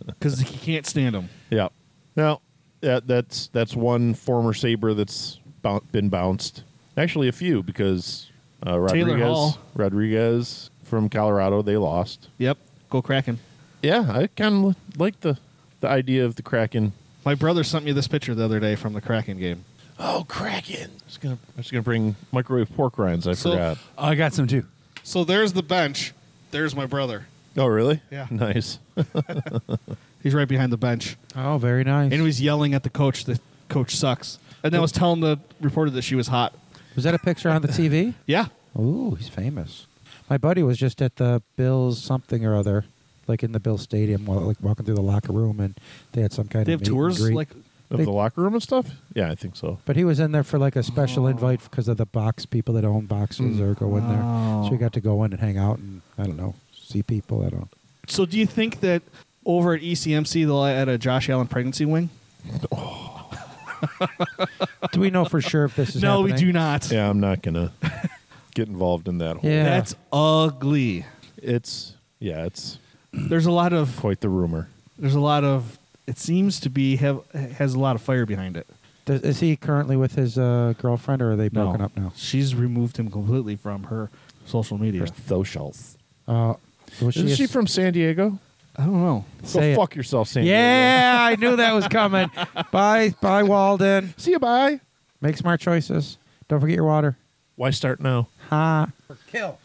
A: because he can't stand him.
C: Yeah. Now, that, that's that's one former Saber that's bou- been bounced. Actually, a few because uh,
A: Taylor
C: Rodriguez,
A: Hall.
C: Rodriguez from Colorado, they lost.
A: Yep, go Kraken.
C: Yeah, I kind of like the the idea of the Kraken.
A: My brother sent me this picture the other day from the Kraken game.
C: Oh, Kraken! I was gonna, I was gonna bring microwave pork rinds. I
E: So-
C: forgot.
D: I got some too. [LAUGHS]
E: So there's the bench. There's my brother.
C: Oh, really?
E: Yeah.
C: [LAUGHS] Nice.
A: He's right behind the bench.
B: Oh, very nice.
A: And he was yelling at the coach that coach sucks. And then was telling the reporter that she was hot.
B: was that a picture on the TV?
A: Yeah.
B: [LAUGHS] Ooh, he's famous. My buddy was just at the Bills something or other, like in the Bills Stadium, while like walking through the locker room, and they had some kind
A: They have
B: of meet and
A: tours
B: greet.
A: like
C: Of
B: They-
C: the locker room and stuff. Yeah, I think so.
B: But he was in there for like a special
A: Oh.
B: invite because of the box people that own boxes or go in there.
A: Oh.
B: So we got to go in and hang out and I don't know, see people. I don't.
A: So do you think that over at E ECMC they'll add a Josh Allen pregnancy wing?
B: Do we know for sure if this
A: [LAUGHS]
B: is?
A: no, we
B: happening?
A: do not.
C: Yeah, I'm not [LAUGHS] gonna get involved in that. Whole,
B: Yeah.
A: That's ugly.
C: It's yeah, it's
A: There's a lot of
C: quite the rumor.
A: there's a lot of it seems to be have has a lot of fire behind it.
B: Does, is he currently with his uh, girlfriend or are they broken
A: No.
B: up now?
A: She's removed him completely from her social media.
C: Thoschultz.
B: Uh, was
C: Isn't
B: a-
C: she from San Diego?
A: I don't know.
B: Say it.
C: Go fuck yourself, San Diego.
B: Yeah, I knew that was coming. bye, bye, Walden.
C: See you. Bye.
B: Make smart choices. Don't forget your water.
C: Why start now?
B: Ha. Kill.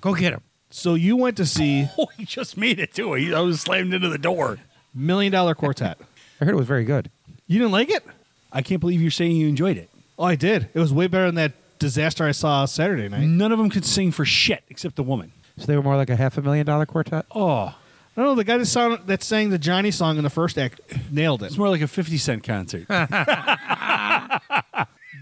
B: Go get him.
A: So you went to see
D: Oh, he just made it too. He, I was slammed into the door.
A: Million Dollar Quartet.
B: I heard it was very good.
A: you didn't like it?
D: I can't believe you're saying you enjoyed it.
A: Oh, I did. It was way better than that disaster I saw Saturday night.
D: None of them could sing for shit except the woman.
B: So they were more like a half a million dollar quartet.
D: Oh,
A: I don't know. The guy that, sound, that sang the Johnny song in the first act nailed it.
D: it's more like a 50 Cent concert.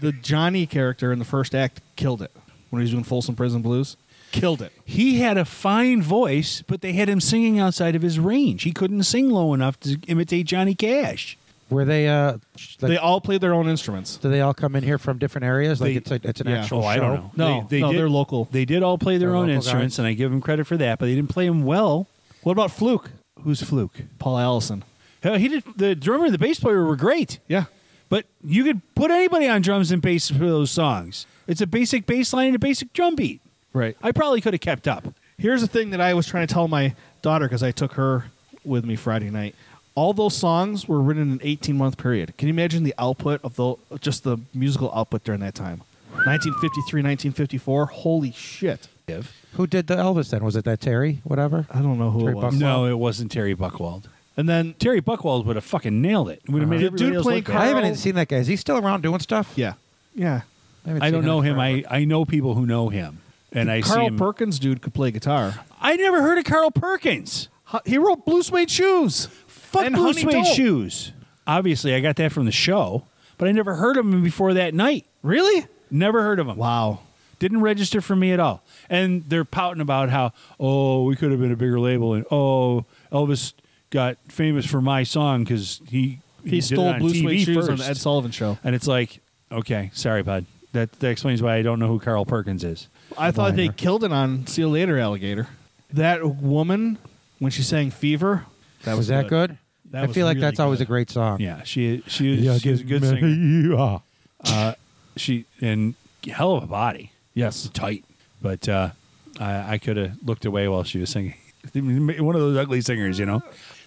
A: The Johnny character in the first act killed it when he was doing Folsom Prison Blues. Killed it.
D: he had a fine voice, but they had him singing outside of his range. He couldn't sing low enough to imitate Johnny Cash.
B: Were they? Uh, sh- like,
A: they all played their own instruments.
B: do they all come in here from different areas? Like
D: They-
B: it's like it's an
A: yeah.
B: actual
A: Oh,
B: show.
A: I
D: don't know.
A: No,
D: They- they
A: no,
D: did-
A: they're local.
D: They did all play their
B: They're
D: own
B: local
D: instruments,
B: guys.
D: and I give them credit for that, but they didn't play them well.
A: What about Fluke?
D: Who's Fluke?
A: Paul Allison.
D: Hell, Uh, He did. The drummer and the bass player were great,
A: Yeah.
D: but you could put anybody on drums and bass for those songs. It's a basic bass line and a basic drum beat.
A: Right.
D: I probably could have kept up.
A: Here's the thing that I was trying to tell my daughter because I took her with me Friday night. All those songs were written in an 18 month period. Can you imagine the output of the just the musical output during that time? 1953, 1954. Holy shit!
B: Who did the Elvis then? Was it that Terry? Whatever.
A: I don't know who
B: Terry
A: it was.
B: Buckwald.
D: No, it wasn't Terry Buckwald. Uh-huh.
A: And then
D: Terry Buckwald would have fucking nailed it. Would have made
A: The
D: everybody
A: dude
D: else
A: playing
D: look bad.
A: Carl-
B: I haven't even seen that guy. Is he still around doing stuff?
A: yeah, yeah.
B: haven't
D: I
B: seen
D: don't know
B: in
D: him.
B: forever.
D: I, I know people who know him, and I see
A: Carl
D: him.
A: Perkins dude could play guitar.
D: I never heard of Carl Perkins.
A: Ho- He wrote Blue Suede Shoes.
D: Fuck
A: And
D: blue
A: Honey
D: suede
A: Doe.
D: shoes. Obviously, I got that from the show, but I never heard of him before that night.
A: Really?
D: Never heard of him.
A: Wow.
D: Didn't register for me at all. And they're pouting about how oh we could have been a bigger label, and oh Elvis got famous for my song because he
A: He,
D: did it
A: stole
D: on
A: Blue
D: TV
A: Suede Shoes
D: first.
A: on the Ed Sullivan Show.
D: and it's like okay, sorry, bud. That that explains why I don't know who Carl Perkins is.
A: I thought they
B: Liner.
A: killed it on "See You Later, Alligator." That woman, when she sang "Fever," that
B: was,
A: was,
B: that good?
A: That
B: I
A: was
B: feel like
A: really
B: that's always
A: good.
B: a great song.
D: Yeah, she she is, she is a good singer. Uh,
B: Yeah.
D: she and hell of a body,
A: Yes,
D: tight. But uh, I, I could have looked away while she was singing. [LAUGHS] One of those ugly singers, you know.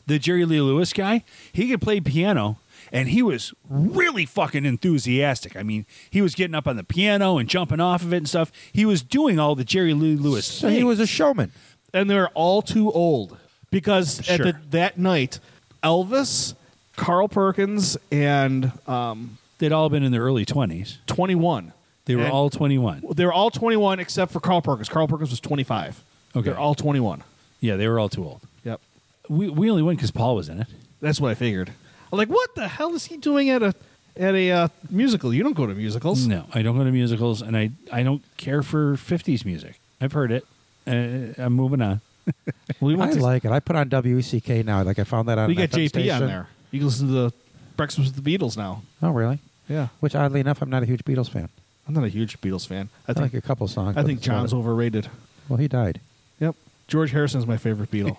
D: The Jerry Lee Lewis guy, he could play piano, and he was really fucking enthusiastic. I mean, he was getting up on the piano and jumping off of it and stuff. He was doing all the Jerry Lee Lewis.
B: So he was a showman.
A: and they're all too old because at the,
D: Sure.
A: that night, Elvis, Carl Perkins, and um,
D: They'd all been in their early twenties.
A: twenty-one.
D: They were
A: And-
D: all twenty-one.
A: They were all twenty-one except for Carl Perkins. Carl Perkins was twenty-five.
D: Okay.
A: they're all twenty-one.
D: Yeah, they were all too old.
A: Yep,
D: We we only went because Paul was in it.
A: that's what I figured. I'm like, what the hell is he doing at a at a uh, musical? You don't go to musicals.
D: No, I don't go to musicals, and I I don't care for '50s music. I've heard it. Uh, I'm moving on.
A: We
B: I
A: went to-
B: like it. I put on WECK now. Like I found that on.
A: We
B: an
A: got
B: FM
A: JP
B: station.
A: on there. You can listen to the Breakfast with the Beatles now.
B: Oh, really?
A: Yeah,
B: Which oddly enough, I'm not a huge Beatles fan.
A: I'm not a huge Beatles fan. I
B: I
A: think
B: like a couple songs.
A: I
B: but
A: think
B: that's about
A: John's
B: it.
A: overrated.
B: Well, he died.
A: Yep, George Harrison's my favorite
B: [LAUGHS]
A: Beatle.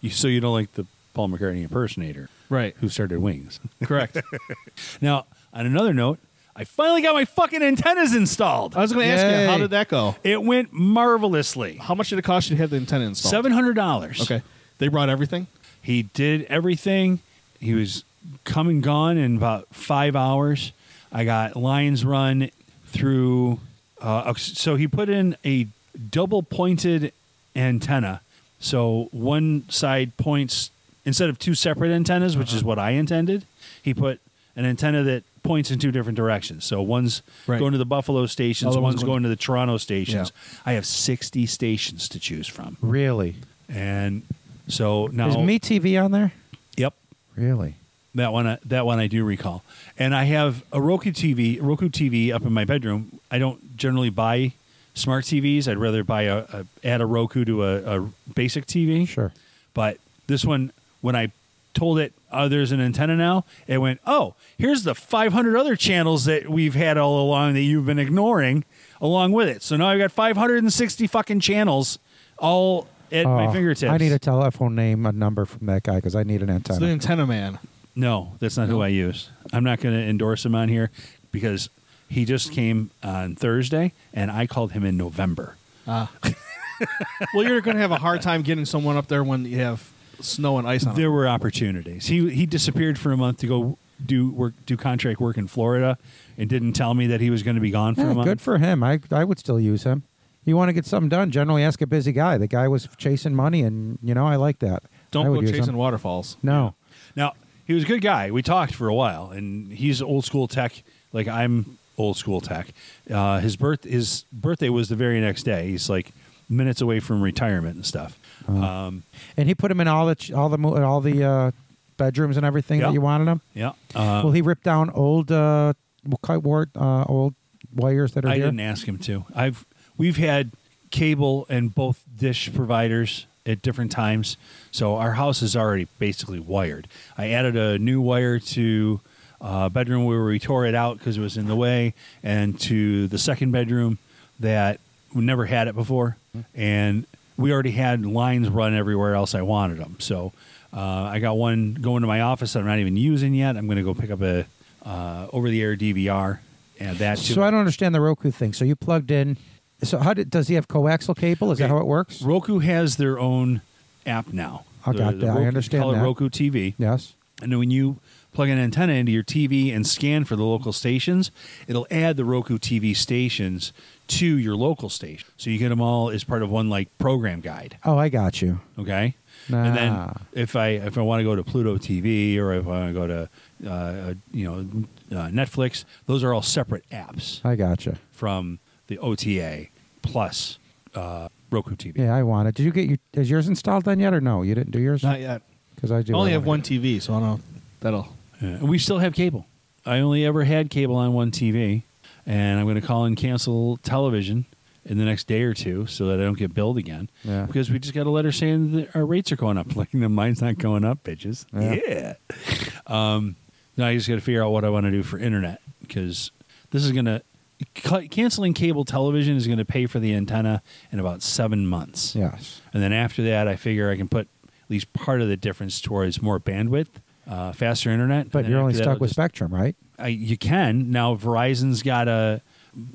D: You, so you don't like the Paul McCartney impersonator
A: right,
D: who started Wings.
A: correct. [LAUGHS]
D: now, on another note, I finally got my fucking antennas installed.
A: I was going to ask you, how
B: Yay.
A: did that go?
D: It went marvelously.
A: How much did it cost you to have the antenna installed?
D: Seven hundred dollars.
A: Okay, they brought everything.
D: He did everything. He was come and gone in about five hours. I got Lions Run through. Uh, so he put in a double pointed antenna. So one side points instead of two separate antennas, which is what I intended. He put an antenna that points in two different directions. So one's
A: Right.
D: going to the Buffalo stations,
A: Other one's
D: one's,
A: going-
D: going to the Toronto stations. I have sixty stations to choose from,
B: Really?
D: and so now
B: Is Me TV on there?
D: Yep.
B: Really?
D: That one, I, that one I do recall. And I have a Roku TV, Roku TV up in my bedroom. I don't generally buy smart TVs. I'd rather buy a, a add a Roku to a, a basic TV.
B: Sure.
D: But this one, when I told it, oh, there's an antenna now, it went, oh, here's the 500 other channels that we've had all along that you've been ignoring along with it. So now I've got 560 fucking channels all at my
B: Oh,
D: fingertips.
B: I need a telephone name, a number from that guy because I need an
A: It's the
B: antenna.
A: antenna man.
D: No, that's not who I use. I'm not going to endorse him on here because he just came on Thursday and I called him in November.
A: Ah. well, you're going to have a hard time getting someone up there when you have snow and ice on
D: There
A: it.
D: were opportunities. He he disappeared for a month to go do work do contract work in Florida and didn't tell me that he was going to be gone for
B: Yeah,
D: a month.
B: Oh, good for him. I I would still use him. You want to get something done? Generally, ask a busy guy. The guy was chasing money, and you know I like that. I
A: Don't
B: would
A: go
B: use him.
A: chasing waterfalls.
B: No.
D: Now, he was a good guy. We talked for a while, and he's old school tech, like I'm old school tech. Uh, his birth his birthday was the very next day. He's like minutes away from retirement and stuff. Um,
B: And he put him in all the ch- all the mo- all the uh, bedrooms and everything
D: Yeah.
B: that you wanted him.
D: yeah. Uh,
B: well, he ripped down old uh, cut wart, uh, old wires that are
D: I
B: here.
D: didn't ask him to. I've we've had cable and both dish providers at different times, so our house is already basically wired. I added a new wire to uh, bedroom where we tore it out because it was in the way, and to the second bedroom that we never had it before,
B: Mm-hmm.
D: and we already had lines run everywhere else I wanted them. So uh, I got one going to my office that I'm not even using yet. I'm going to go pick up a uh, over-the-air DVR. and that to
B: So
D: it.
B: I don't understand the Roku thing. So you plugged in. So how did, does he have coaxial cable? Is that
D: Okay.
B: how it works?
D: Roku has their own app now.
B: I got that. I
D: Roku-
B: understand
D: Call it
B: that.
D: Roku TV.
B: yes.
D: And then when you plug an antenna into your TV and scan for the local stations, it'll add the Roku TV stations to your local station. So you get them all as part of one like program guide.
B: Oh, I got you.
D: Okay.
B: Nah.
D: And
B: Ah.
D: then if I if I want to go to Pluto TV or if I want to go to uh, you know uh, Netflix, those are all separate apps
B: I got you.
D: from the OTA plus uh, Roku TV.
B: Yeah, I want it. Did you get your is yours installed then yet or no? You didn't do yours?
A: Not yet.
B: Because I
A: I
B: do.
A: only
B: I
A: have
B: wanna-
A: one TV, so I don't know. That'll.
D: Yeah, and Uh, we still have cable. I only ever had cable on one TV, and I'm going to call and cancel television in the next day or two so that I don't get billed again.
B: Yeah.
D: Because we just got a letter saying that our rates are going up. [LAUGHS] Like, no, mine's not going up, bitches.
B: Yeah.
D: Yeah. Um, now I just got to figure out what I want to do for internet because this is going to canceling cable television is going to pay for the antenna in about seven months.
B: Yes.
D: And then after that, I figure I can put at least part of the difference towards more bandwidth, uh, faster internet.
B: But
D: And then
B: you're only
D: after that,
B: stuck
D: I'll
B: with
D: just-
B: Spectrum, right?
D: I, you can now. Verizon's got a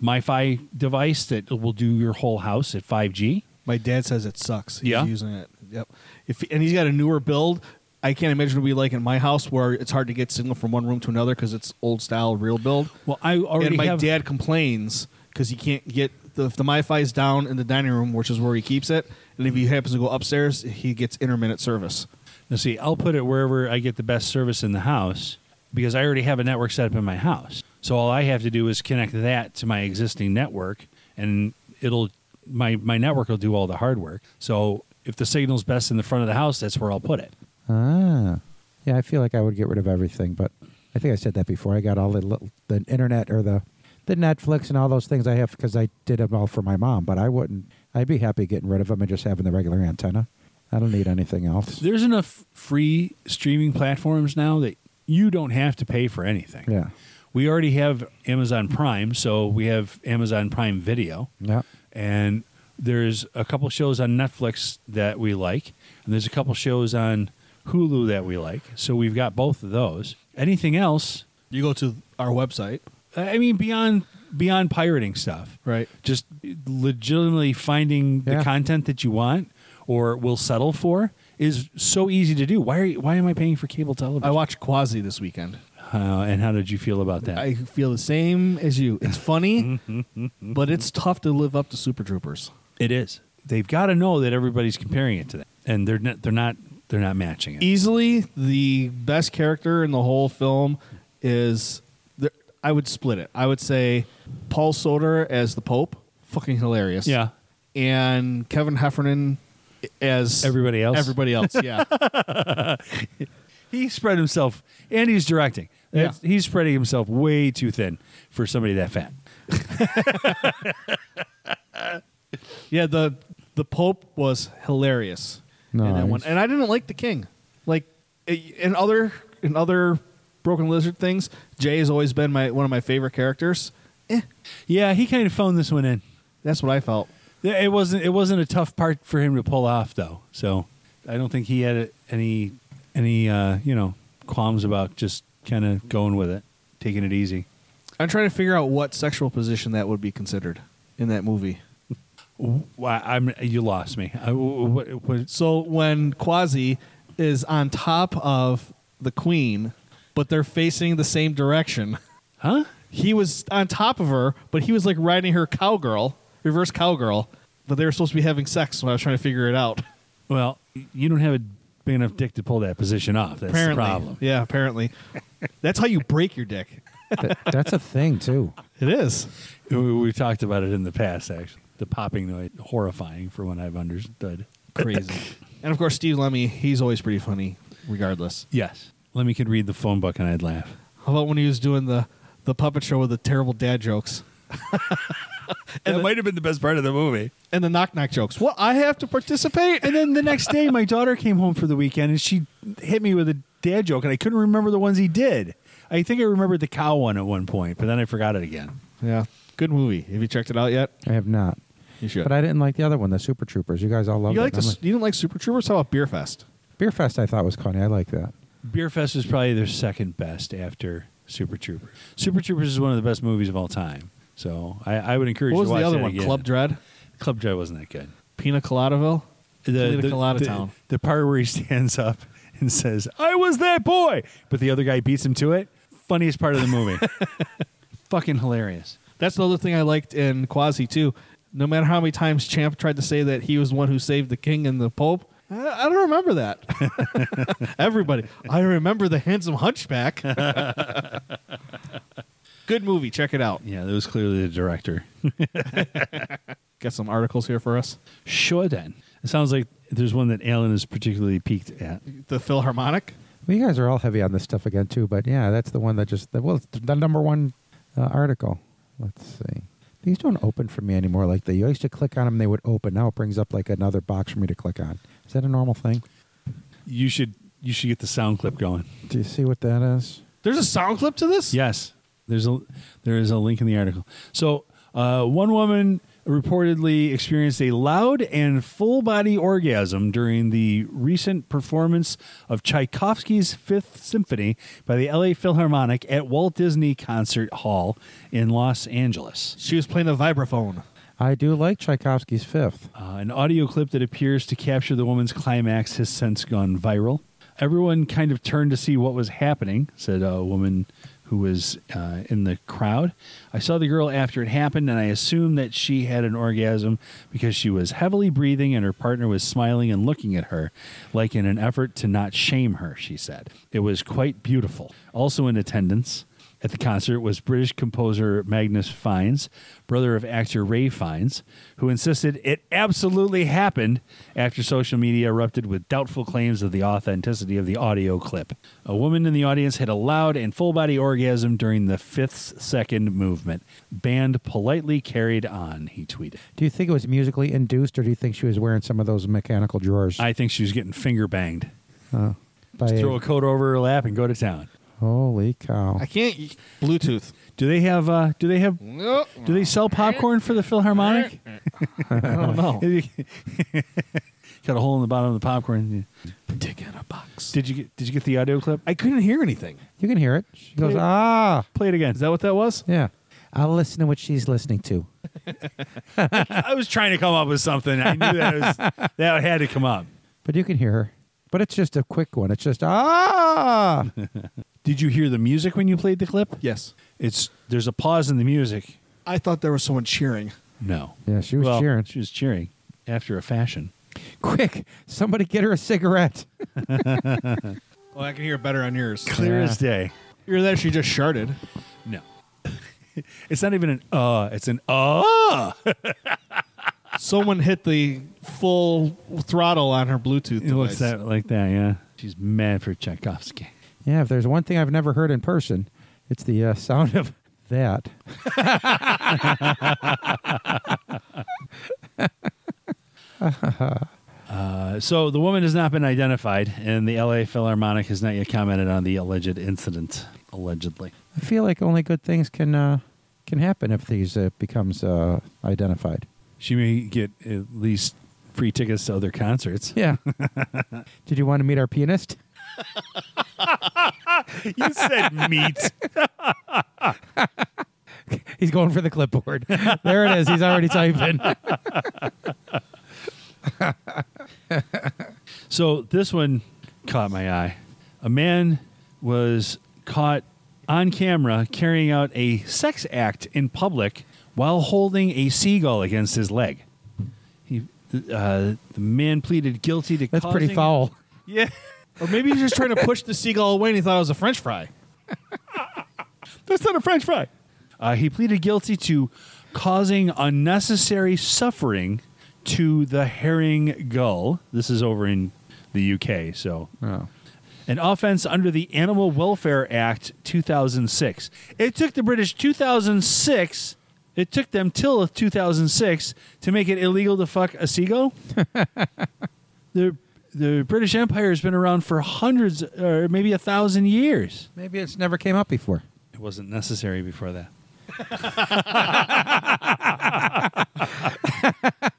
D: MiFi device that will do your whole house at 5G.
A: My dad says it sucks. He's
D: Yeah?
A: using it. Yep. If and he's got a newer build. I can't imagine it'll be like in my house where it's hard to get signal from one room to another because it's old style real build.
D: Well, I already
A: and my
D: have.
A: dad complains because he can't get the, if the MiFi is down in the dining room, which is where he keeps it, and if he happens to go upstairs, he gets intermittent service.
D: now see, I'll put it wherever I get the best service in the house because I already have a network set up in my house. So all I have to do is connect that to my existing network, and it'll my my network will do all the hard work. So if the signal's best in the front of the house, that's where I'll put it.
B: Ah. Yeah, I feel like I would get rid of everything, but I think I said that before. I got all the little, the internet or the the Netflix and all those things I have because I did them all for my mom. But I wouldn't. I'd be happy getting rid of them and just having the regular antenna. I don't need anything else.
D: There's enough free streaming platforms now that you don't have to pay for anything.
B: Yeah.
D: We already have Amazon Prime, so we have Amazon Prime Video.
B: Yeah.
D: And there's a couple shows on Netflix that we like, and there's a couple shows on Hulu that we like. So we've got both of those. Anything else?
A: You go to our website,
D: I mean beyond beyond pirating stuff.
A: right?
D: Just legitimately finding
B: Yeah.
D: the content that you want or will settle for is so easy to do. Why are you, why am I paying for cable television?
A: I watched Quasi this weekend.
D: Uh, and how did you feel about that?
A: I feel the same as you. It's
D: [LAUGHS]
A: funny, but it's tough to live up to Super Troopers.
D: it is. They've got to know that everybody's comparing it to that, and they're not, they're not they're not matching it.
A: Easily, the best character in the whole film is. The, I would split it. I would say Paul Soder as the Pope, fucking hilarious.
D: Yeah,
A: and Kevin Heffernan as
D: Everybody else?
A: Everybody
D: [LAUGHS]
A: else, yeah.
D: he spread himself, and he's directing.
A: Yeah.
D: That's- He's spreading himself way too thin for somebody that fat.
A: Yeah, the the Pope was hilarious in that
B: Nice.
A: one, and I didn't like the King. Like eh, in other in other Broken Lizard things, Jay has always been my one of my favorite characters. Eh,
D: Yeah, he kind of phoned this one in.
A: that's what I felt.
D: Yeah, It wasn't it wasn't a tough part for him to pull off though. So I don't think he had any any uh, you know qualms about just kind of going with it, taking it easy.
A: I'm trying to figure out what sexual position that would be considered in that movie.
D: Why I'm you lost me. I, what, what,
A: So when Quasi is on top of the Queen, but they're facing the same direction. [LAUGHS]
D: huh?
A: he was on top of her, but he was like riding her cowgirl, reverse cowgirl. But they were supposed to be having sex when I was trying to figure it out.
D: Well, you don't have a big enough dick to pull that position off. That's
A: apparently,
D: the problem.
A: yeah, apparently, that's how you break your dick.
B: Th- that's a thing too.
A: It is.
D: We, we talked about it in the past. Actually, the popping noise horrifying for when I've understood.
A: Crazy. and of course, Steve Lemmy, he's always pretty funny, regardless.
D: Yes, let me could read the phone book and I'd laugh.
A: How about when he was doing the the puppet show with the terrible dad jokes
D: And that might have been the best part of the movie.
A: and the knock knock jokes? What I have to participate?
D: And then the next day, my daughter came home for the weekend and she hit me with a dad joke, and I couldn't remember the ones he did. I think I remembered the cow one at one point, but then I forgot it again.
A: yeah, good movie. Have you checked it out yet?
B: I have not,
A: You should.
B: but I didn't like the other one, the Super Troopers. You guys all love
A: you
B: it.
A: like
B: I'm
A: this? You didn't like Super Troopers? How about Beer Fest?
B: Beer Fest? I thought was funny. I like that.
D: Beer Fest is probably their second best after Super Troopers. Super Troopers is one of the best movies of all time, so I, I would encourage
A: What was
D: you to watch
A: the other
D: that
A: one?
D: again.
A: Club Dread.
D: Club Drive wasn't that good.
A: Pina Coladaville? Pina Colada
D: the,
A: Town.
D: the part where he [LAUGHS] stands up and says, "I was that boy," but the other guy beats him to it. Funniest part of
A: [LAUGHS]
D: the movie. Fucking hilarious.
A: That's the other thing I liked in Quasi too. No matter how many times Champ tried to say that he was the one who saved the king and the pope, I, I don't remember that. [LAUGHS] Everybody, I remember the handsome hunchback. [LAUGHS] Good movie. Check it out.
D: Yeah, that was clearly the director.
A: Got some articles here for us.
D: [LAUGHS] Sure, then. It sounds like there's one that Alan is particularly peaked at.
A: The Philharmonic.
B: Well, you guys are all heavy on this stuff again too, but yeah, that's the one that just the, well, it's the number one uh, article. Let's see. These don't open for me anymore like they I used to click on them, they would open. Now it brings up like another box for me to click on. Is that a normal thing?
D: You should you should get the sound clip going.
B: Do you see what that is?
A: There's a sound clip to this.
D: Yes, there's a there is a link in the article. So uh, one woman reportedly experienced a loud and full body orgasm during the recent performance of Tchaikovsky's Fifth Symphony by the LA Philharmonic at Walt Disney Concert Hall in Los Angeles.
A: She was playing the vibraphone.
B: I do like Tchaikovsky's Fifth.
D: Uh, an audio clip that appears to capture the woman's climax has since gone viral. Everyone kind of turned to see what was happening, said uh, a woman who was uh, in the crowd. I saw the girl after it happened, and I assumed that she had an orgasm because she was heavily breathing and her partner was smiling and looking at her, like in an effort to not shame her, she said. It was quite beautiful. Also in attendance, at the concert was British composer Magnus Fiennes, brother of actor Ray Fiennes, who insisted it absolutely happened after social media erupted with doubtful claims of the authenticity of the audio clip. A woman in the audience had a loud and full body orgasm during the fifth second movement. Band politely carried on, he tweeted.
B: Do you think it was musically induced, or do you think she was wearing some of those mechanical drawers?
D: I think she was getting finger banged.
B: by
D: Just
B: a-
D: throw a coat over her lap and go to town.
B: holy cow!
E: I can't. Bluetooth.
D: Do they have uh, do they have
E: Nope.
D: do they sell popcorn for the Philharmonic?
A: I don't know.
D: Oh. [LAUGHS] Got a hole in the bottom of the popcorn.
A: Dick in a box.
D: Did you get, did you get the audio clip?
A: I couldn't hear anything.
B: [LAUGHS] you can hear it. She goes,
D: Play-
B: ah,
D: Play it again.
A: Is that what that was?
D: [LAUGHS]
B: yeah. I'll listen to what she's listening to.
D: [LAUGHS] I was trying to come up with something. I knew that was, that had to come up.
B: But you can hear her. But it's just a quick one. It's just ah.
D: Did you hear the music when you played the clip?
A: Yes.
D: It's there's a pause in the music.
A: I thought there was someone cheering.
D: No.
B: Yeah, she was
D: Well,
B: cheering.
D: She was cheering after a fashion.
B: [LAUGHS] Quick, somebody get her a cigarette.
A: Oh, I can hear it better on yours.
D: Clear
B: Yeah.
D: as day.
A: You're there. She just sharded.
D: No. [LAUGHS] it's not even an uh, it's an uh.
A: Someone hit the full throttle on her Bluetooth.
D: It
A: device.
D: looks that like that, yeah. She's mad for Tchaikovsky.
B: Yeah, if there's one thing I've never heard in person, it's the uh, sound of [LAUGHS] that.
D: Uh, so the woman has not been identified, and the LA Philharmonic has not yet commented on the alleged incident. Allegedly.
B: I feel like only good things can uh, can happen if these uh, becomes uh, identified.
D: She may get at least free tickets to other concerts.
B: Yeah. [LAUGHS] Did you want to meet our pianist?
D: [LAUGHS]
B: [LAUGHS]
D: you said meat.
B: He's going for the clipboard. there it is. He's already typing.
D: [LAUGHS] So this one caught my eye. A man was caught on camera carrying out a sex act in public while holding a seagull against his leg. He, uh, the man pleaded guilty to.
B: That's pretty
D: causing-
B: foul.
D: Yeah,
A: Or maybe he's just trying to push the seagull away, and he thought it was a French fry.
D: that's not a French fry. Uh, he pleaded guilty to causing unnecessary suffering to the herring gull. This is over in the UK, so
B: Oh.
D: an offense under the Animal Welfare Act 2006. It took the British 2006, it took them till 2006 to make it illegal to fuck a seagull. [LAUGHS] the the British Empire has been around for hundreds or maybe a thousand years.
B: Maybe it's never came up before.
D: It wasn't necessary before that. [LAUGHS]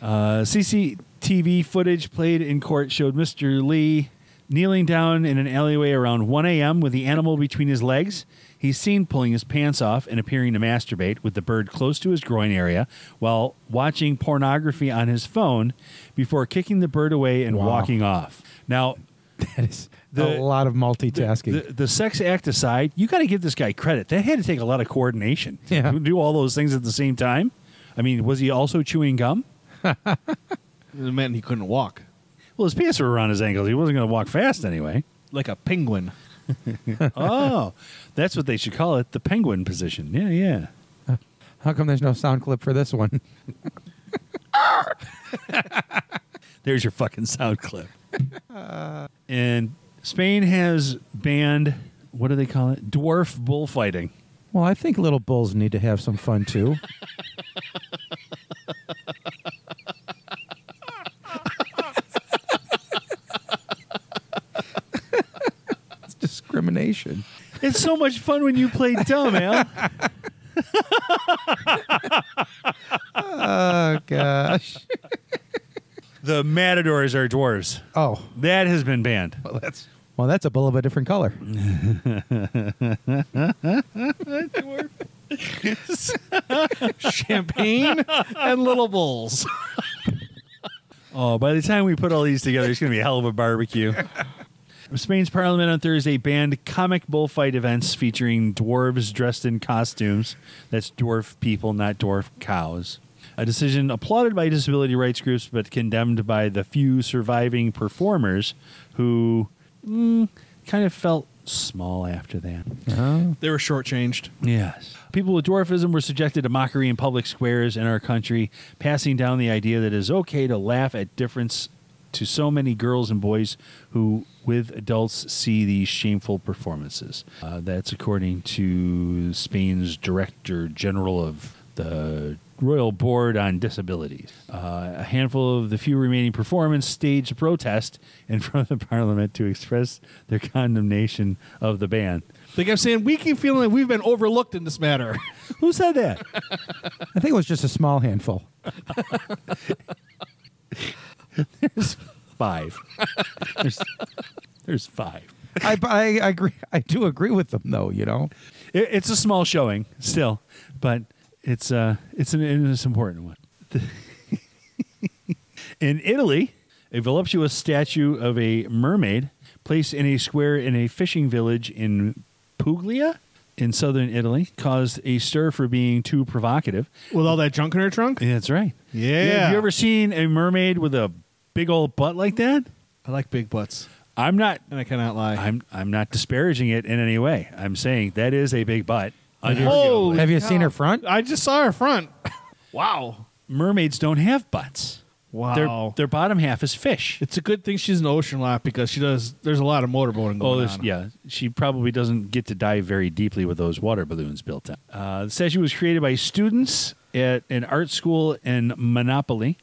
D: uh, CCTV footage played in court showed Mr. Lee kneeling down in an alleyway around 1 a.m. with the animal between his legs. He's seen pulling his pants off and appearing to masturbate with the bird close to his groin area while watching pornography on his phone before kicking the bird away and
B: Wow.
D: walking off. Now,
B: [LAUGHS] That is
D: The-
B: a lot of multitasking.
D: the, the sex act aside, you got to give this guy credit. That had to take a lot of coordination.
B: Yeah.
D: To do all those things at the same time. I mean, was he also chewing gum?
A: It meant he couldn't walk
D: Well, his pants were around his ankles. He wasn't going to walk fast anyway.
A: like a penguin.
D: oh, that's what they should call it the penguin position. Yeah, yeah.
B: How come there's no sound clip for this one?
D: There's your fucking sound clip. and Spain has banned, what do they call it? Dwarf bullfighting.
B: Well, I think little bulls need to have some fun
D: [LAUGHS]
B: too. it's discrimination.
D: It's so much fun when you play dumb, Al.
B: Oh gosh.
D: the matadors are dwarves.
B: [LAUGHS] Oh,
D: That has been banned.
B: well that's well that's a bull of a different color.
A: Champagne and little bulls.
D: Oh, by the time we put all these together, it's going to be a hell of a barbecue. Spain's parliament on Thursday banned comic bullfight events featuring dwarves dressed in costumes. That's dwarf people, not dwarf cows. A decision applauded by disability rights groups, but condemned by the few surviving performers who mm, kind of felt small after that.
B: Oh.
A: They were shortchanged.
D: Yes. People with dwarfism were subjected to mockery in public squares in our country, passing down the idea that it is okay to laugh at difference to so many girls and boys who, with adults, see these shameful performances. Uh, that's according to Spain's Director General of the Royal Board on Disabilities. Uh, a handful of the few remaining performers staged a protest in [LAUGHS] front of the parliament to express their condemnation of the ban.
A: They kept saying, "We keep feeling like we've been overlooked in this matter."
D: Who said that?
B: I think it was just a small handful.
D: There's five. there's, there's five.
B: I, I I agree I do agree with them though, you know.
D: It, it's a small showing still, but it's uh it's an it's an important one. [LAUGHS] In Italy, a voluptuous statue of a mermaid placed in a square in a fishing village in Puglia in southern Italy caused a stir for being too provocative.
A: With all that junk in her trunk?
D: That's right.
E: Yeah.
D: Have you ever seen a mermaid with a big old butt like that?
A: I like big butts,
D: I'm not
A: and I cannot lie.
D: I'm I'm not disparaging it in any way. I'm saying that is a big butt.
E: Holy
B: Have you seen her
E: cow.
B: front?
E: I just saw her front.
A: wow.
D: Mermaids don't have butts.
A: Wow.
D: Their their bottom half is fish.
A: it's a good thing she's an ocean lot because she does. There's a lot of motorboating going
D: Oh, there's-
A: on.
D: yeah. She probably doesn't get to dive very deeply with those water balloons built up. Uh, the statue was created by students at an art school in Monopoly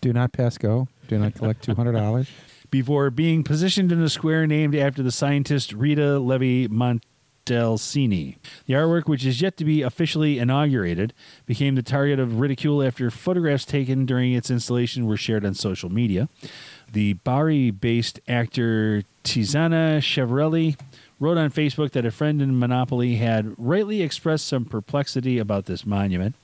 B: Do not pass go. Do not collect two hundred dollars.
D: before being positioned in a square named after the scientist Rita Levi Montalcini. The artwork, which is yet to be officially inaugurated, became the target of ridicule after photographs taken during its installation were shared on social media. The Bari based actor Tiziana Chevrelli wrote on Facebook that a friend in Monopoly had rightly expressed some perplexity about this monument.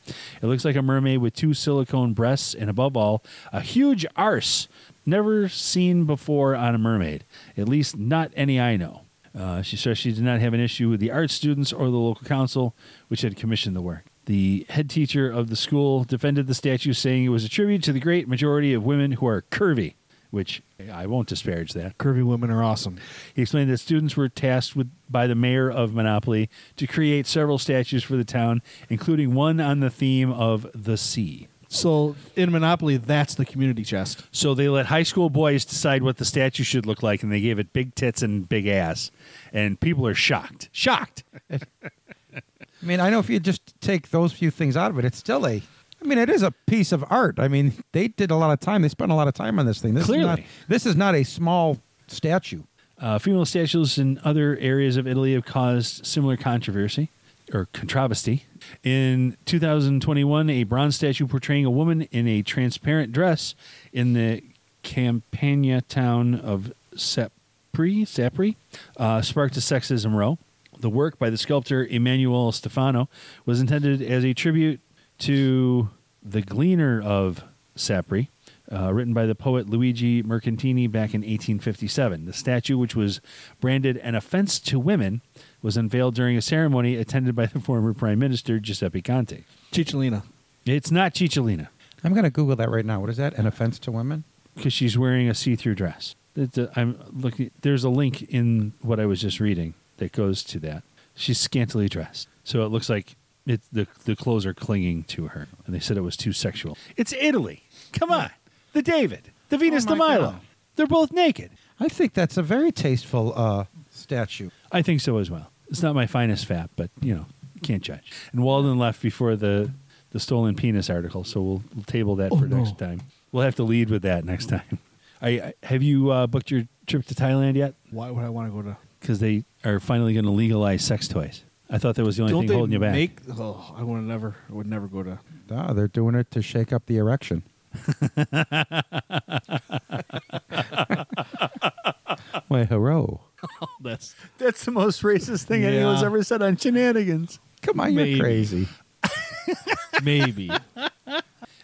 D: It looks like a mermaid with two silicone breasts and, above all, a huge arse never seen before on a mermaid, at least not any I know. Uh, she says she did not have an issue with the art students or the local council, which had commissioned the work. The head teacher of the school defended the statue, saying it was a tribute to the great majority of women who are curvy, which I won't disparage that.
A: Curvy women are awesome.
D: He explained that students were tasked with by the mayor of Monopoly to create several statues for the town, including one on the theme of the sea.
A: So in Monopoly, that's the community chest.
D: So they let high school boys decide what the statue should look like, and they gave it big tits and big ass, and people are shocked. Shocked.
B: I mean, I know if you just take those few things out of it, it's still a. I mean, it is a piece of art. I mean, they did a lot of time. They spent a lot of time on this thing. This is not.
D: Clearly.
B: This is not a small statue.
D: Uh, female statues in other areas of Italy have caused similar controversy or controversy. In 2021, a bronze statue portraying a woman in a transparent dress in the Campania town of Sapri, Sapri uh, sparked a sexism row. The work by the sculptor Emanuele Stefano was intended as a tribute to the gleaner of Sapri, uh, written by the poet Luigi Mercantini back in 1857. The statue, which was branded an offense to women, was unveiled during a ceremony attended by the [LAUGHS] former Prime Minister Giuseppe Conte.
A: Chicholina.
D: It's not Chicholina
B: I'm going to Google that right now. What is that? An offense to women?
D: because she's wearing a see-through dress. That- that- I'm looking. There's a link in what I was just reading that goes to that. She's scantily dressed, so it looks like it, the the clothes are clinging to her. And they said it was too sexual. It's Italy. Come on, the David, the Venus de
B: Oh my
D: Milo.
B: God.
D: They're both naked.
B: I think that's a very tasteful uh, statue.
D: I think so as well. It's not my finest fat, but you know, can't judge. And Walden left before the the stolen penis article, so we'll, we'll table that for next time. We'll have to lead with that next time. [LAUGHS] I, I have you uh, booked your trip to Thailand yet?
A: Why would I want to go to?
D: Because they are finally going to legalize sex toys. I thought that was the only
A: Don't
D: thing
A: they
D: holding you back.
A: make? Oh, I would never. I would never go to.
B: Ah, they're doing it to shake up the [LAUGHS] erection. Why, hello.
A: That's
D: That's the most racist thing
A: Yeah.
D: anyone's ever said on shenanigans.
B: Come on, you're
A: Maybe.
B: crazy.
D: [LAUGHS]
A: maybe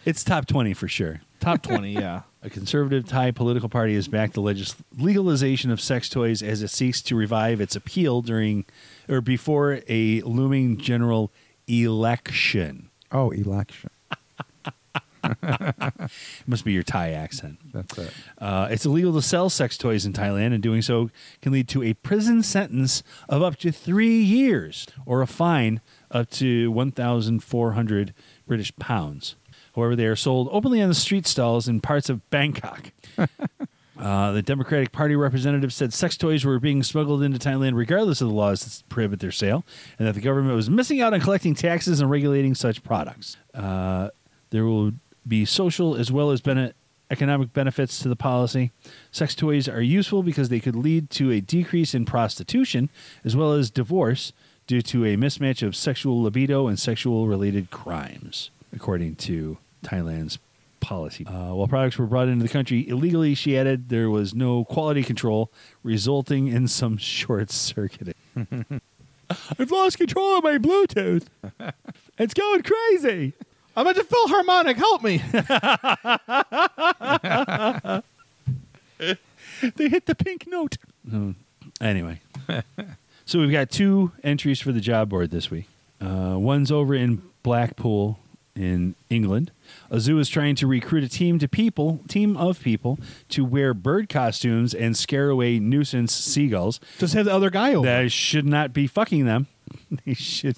D: It's top twenty for sure.
A: top twenty. Yeah.
D: A conservative Thai political party has backed the legis- legalization of sex toys as it seeks to revive its appeal during or before a looming general election.
B: Oh, election.
D: must be your Thai accent.
B: That's it.
D: Uh, it's illegal to sell sex toys in Thailand, and doing so can lead to a prison sentence of up to three years or a fine up to 1,400 British pounds. However, they are sold openly on the street stalls in parts of Bangkok. Uh, the Democratic Party representative said sex toys were being smuggled into Thailand regardless of the laws that prohibit their sale, and that the government was missing out on collecting taxes and regulating such products. Uh, there will be social as well as bene- economic benefits to the policy. Sex toys are useful because they could lead to a decrease in prostitution as well as divorce due to a mismatch of sexual libido and sexual related crimes, according to Thailand's policy. Uh, while products were brought into the country illegally, she added there was no quality control, resulting in some [LAUGHS] short circuiting. I've lost control of my Bluetooth. it's going crazy.
A: I'm a [LAUGHS] Philharmonic. Help me.
D: they hit the pink note. Hmm. Anyway, [LAUGHS] so we've got two entries for the job board this week. Uh, one's over in Blackpool in England. A zoo is trying to recruit a team to people, team of people, to wear bird costumes and scare away nuisance seagulls
A: Just have the other guy over.
D: that should not be fucking them. [LAUGHS] they should.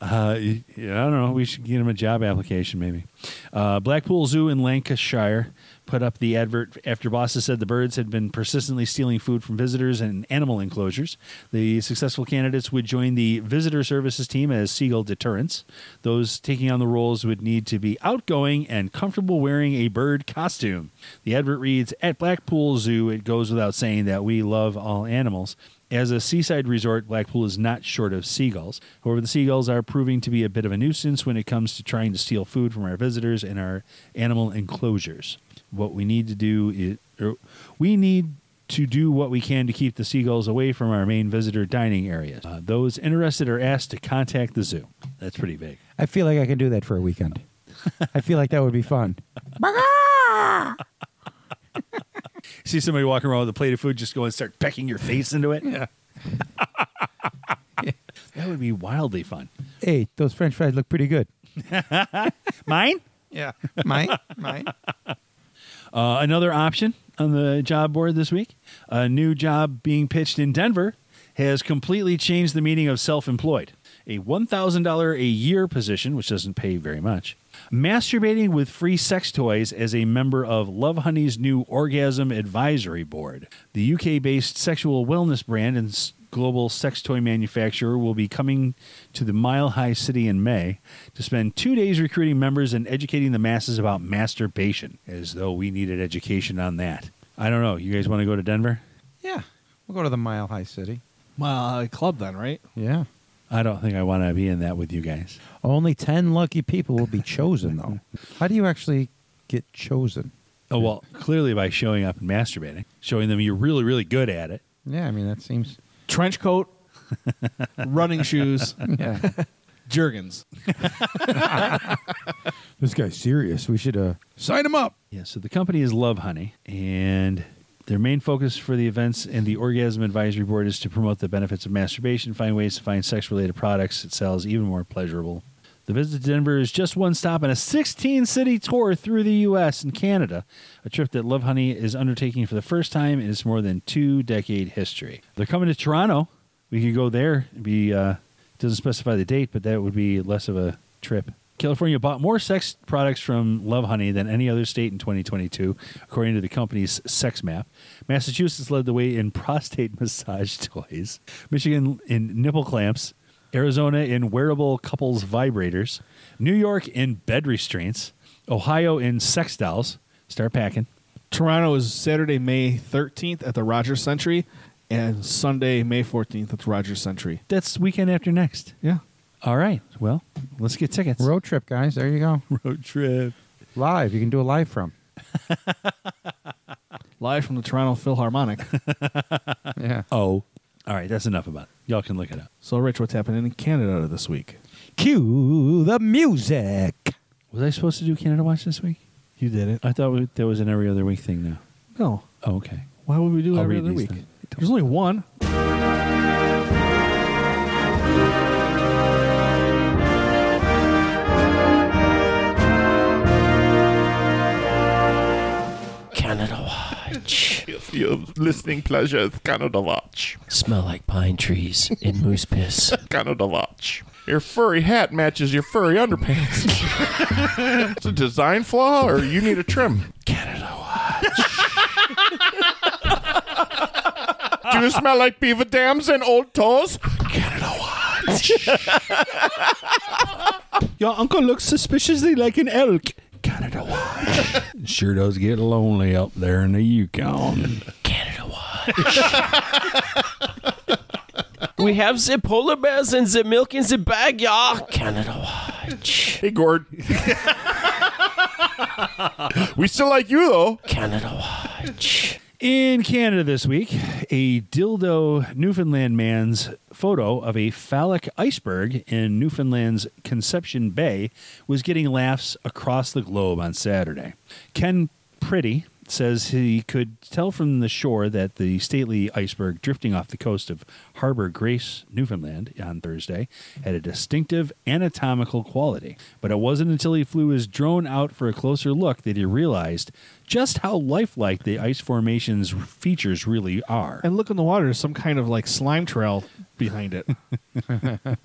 D: Uh, yeah, I don't know. We should get him a job application, maybe. Uh, Blackpool Zoo in Lancashire put up the advert after bosses said the birds had been persistently stealing food from visitors and animal enclosures. The successful candidates would join the visitor services team as seagull deterrents. Those taking on the roles would need to be outgoing and comfortable wearing a bird costume. The advert reads At Blackpool Zoo, it goes without saying that we love all animals. As a seaside resort, Blackpool is not short of seagulls. However, the seagulls are proving to be a bit of a nuisance when it comes to trying to steal food from our visitors and our animal enclosures. What we need to do is er, we need to do what we can to keep the seagulls away from our main visitor dining areas. Uh, those interested are asked to contact the zoo. That's pretty big.
B: I feel like I can do that for a weekend. I feel like that would be [LAUGHS] fun.
D: See somebody walking around with a plate of food, just go and start pecking your face into it. [LAUGHS] Yeah. that would be wildly fun.
B: Hey, those French fries look pretty good.
D: Mine?
E: Yeah. Mine? Mine?
D: Uh, another option on the job board this week a new job being pitched in Denver has completely changed the meaning of self employed. A $1,000 a year position, which doesn't pay very much. Masturbating with free sex toys as a member of Love Honey's new Orgasm Advisory Board. The UK based sexual wellness brand and s- global sex toy manufacturer will be coming to the Mile High City in May to spend two days recruiting members and educating the masses about masturbation, as though we needed education on that. I don't know. You guys want to go to Denver?
B: Yeah. We'll go to the Mile High City.
A: Well, a uh, club then, right?
B: Yeah.
D: I don't think I want to be in that with you guys.
B: Only 10 lucky people will be chosen, though. How do you actually get chosen?
D: Oh, well, clearly by showing up and masturbating, showing them you're really, really good at it.
B: Yeah, I mean, that seems.
A: Trench
D: [LAUGHS]
A: coat, running shoes,
B: [LAUGHS] Yeah.
A: Jergens.
B: this guy's serious. We should uh, sign him up.
D: Yeah, so the company is Love Honey, and their main focus for the events and the Orgasm Advisory Board is to promote the benefits of masturbation, find ways to find sex related products it sells even more pleasurable. The visit to Denver is just one stop on a 16 city tour through the U.S. and Canada, a trip that Love Honey is undertaking for the first time in its more than two decade history. They're coming to Toronto. We could go there. It'd be uh, doesn't specify the date, but that would be less of a trip. California bought more sex products from Love Honey than any other state in 2022, according to the company's sex map. Massachusetts led the way in [LAUGHS] prostate massage toys, Michigan in nipple clamps, Arizona in wearable couples vibrators, New York in bed restraints, Ohio in sex dolls. Start packing.
A: Toronto is Saturday, May 13th at the Rogers Century, and Sunday, May 14th at the Rogers Century.
D: That's weekend after next.
A: Yeah.
D: All right. Well, let's get tickets.
B: Road trip, guys. There you go.
D: Road trip.
B: Live. You can do a live from.
A: Live from the Toronto
D: [LAUGHS]
A: Philharmonic.
B: Yeah.
D: Oh. All right. That's enough about it. Y'all can look it up.
A: so, Rich, what's happening in Canada this week?
B: Cue the music.
D: Was I supposed to do Canada Watch this week?
A: You did it.
D: I thought we, there was an every other week thing now.
A: No.
D: Oh, okay.
A: Why would we do
D: I'll
A: every
D: read
A: other
D: these
A: week?
D: then.
A: There's only one.
F: Canada Watch.
G: Your listening pleasure is Canada Watch.
F: Smell like pine trees in moose piss.
G: Canada Watch. Your furry hat matches your furry underpants. it's a design flaw, or you need a trim.
F: Canada Watch.
G: [LAUGHS] Do you smell like beaver dams and old toes?
D: Your uncle looks suspiciously like an elk. Canada Watch. [LAUGHS] sure does get lonely up there in the Yukon.
F: Canada Watch. [LAUGHS] we have the polar bears and the milk in the bag, y'all. Canada Watch.
G: Hey, Gord. we still like you, though.
F: Canada Watch.
D: In Canada this week, a dildo Newfoundland man's photo of a phallic iceberg in Newfoundland's Conception Bay was getting laughs across the globe on Saturday. Ken Pretty says he could tell from the shore that the stately iceberg drifting off the coast of Harbor Grace, Newfoundland, on Thursday had a distinctive anatomical quality. But it wasn't until he flew his drone out for a closer look that he realized just how lifelike the ice formation's features really are.
A: And look in the water, there's some kind of like slime trail behind it.
D: [LAUGHS]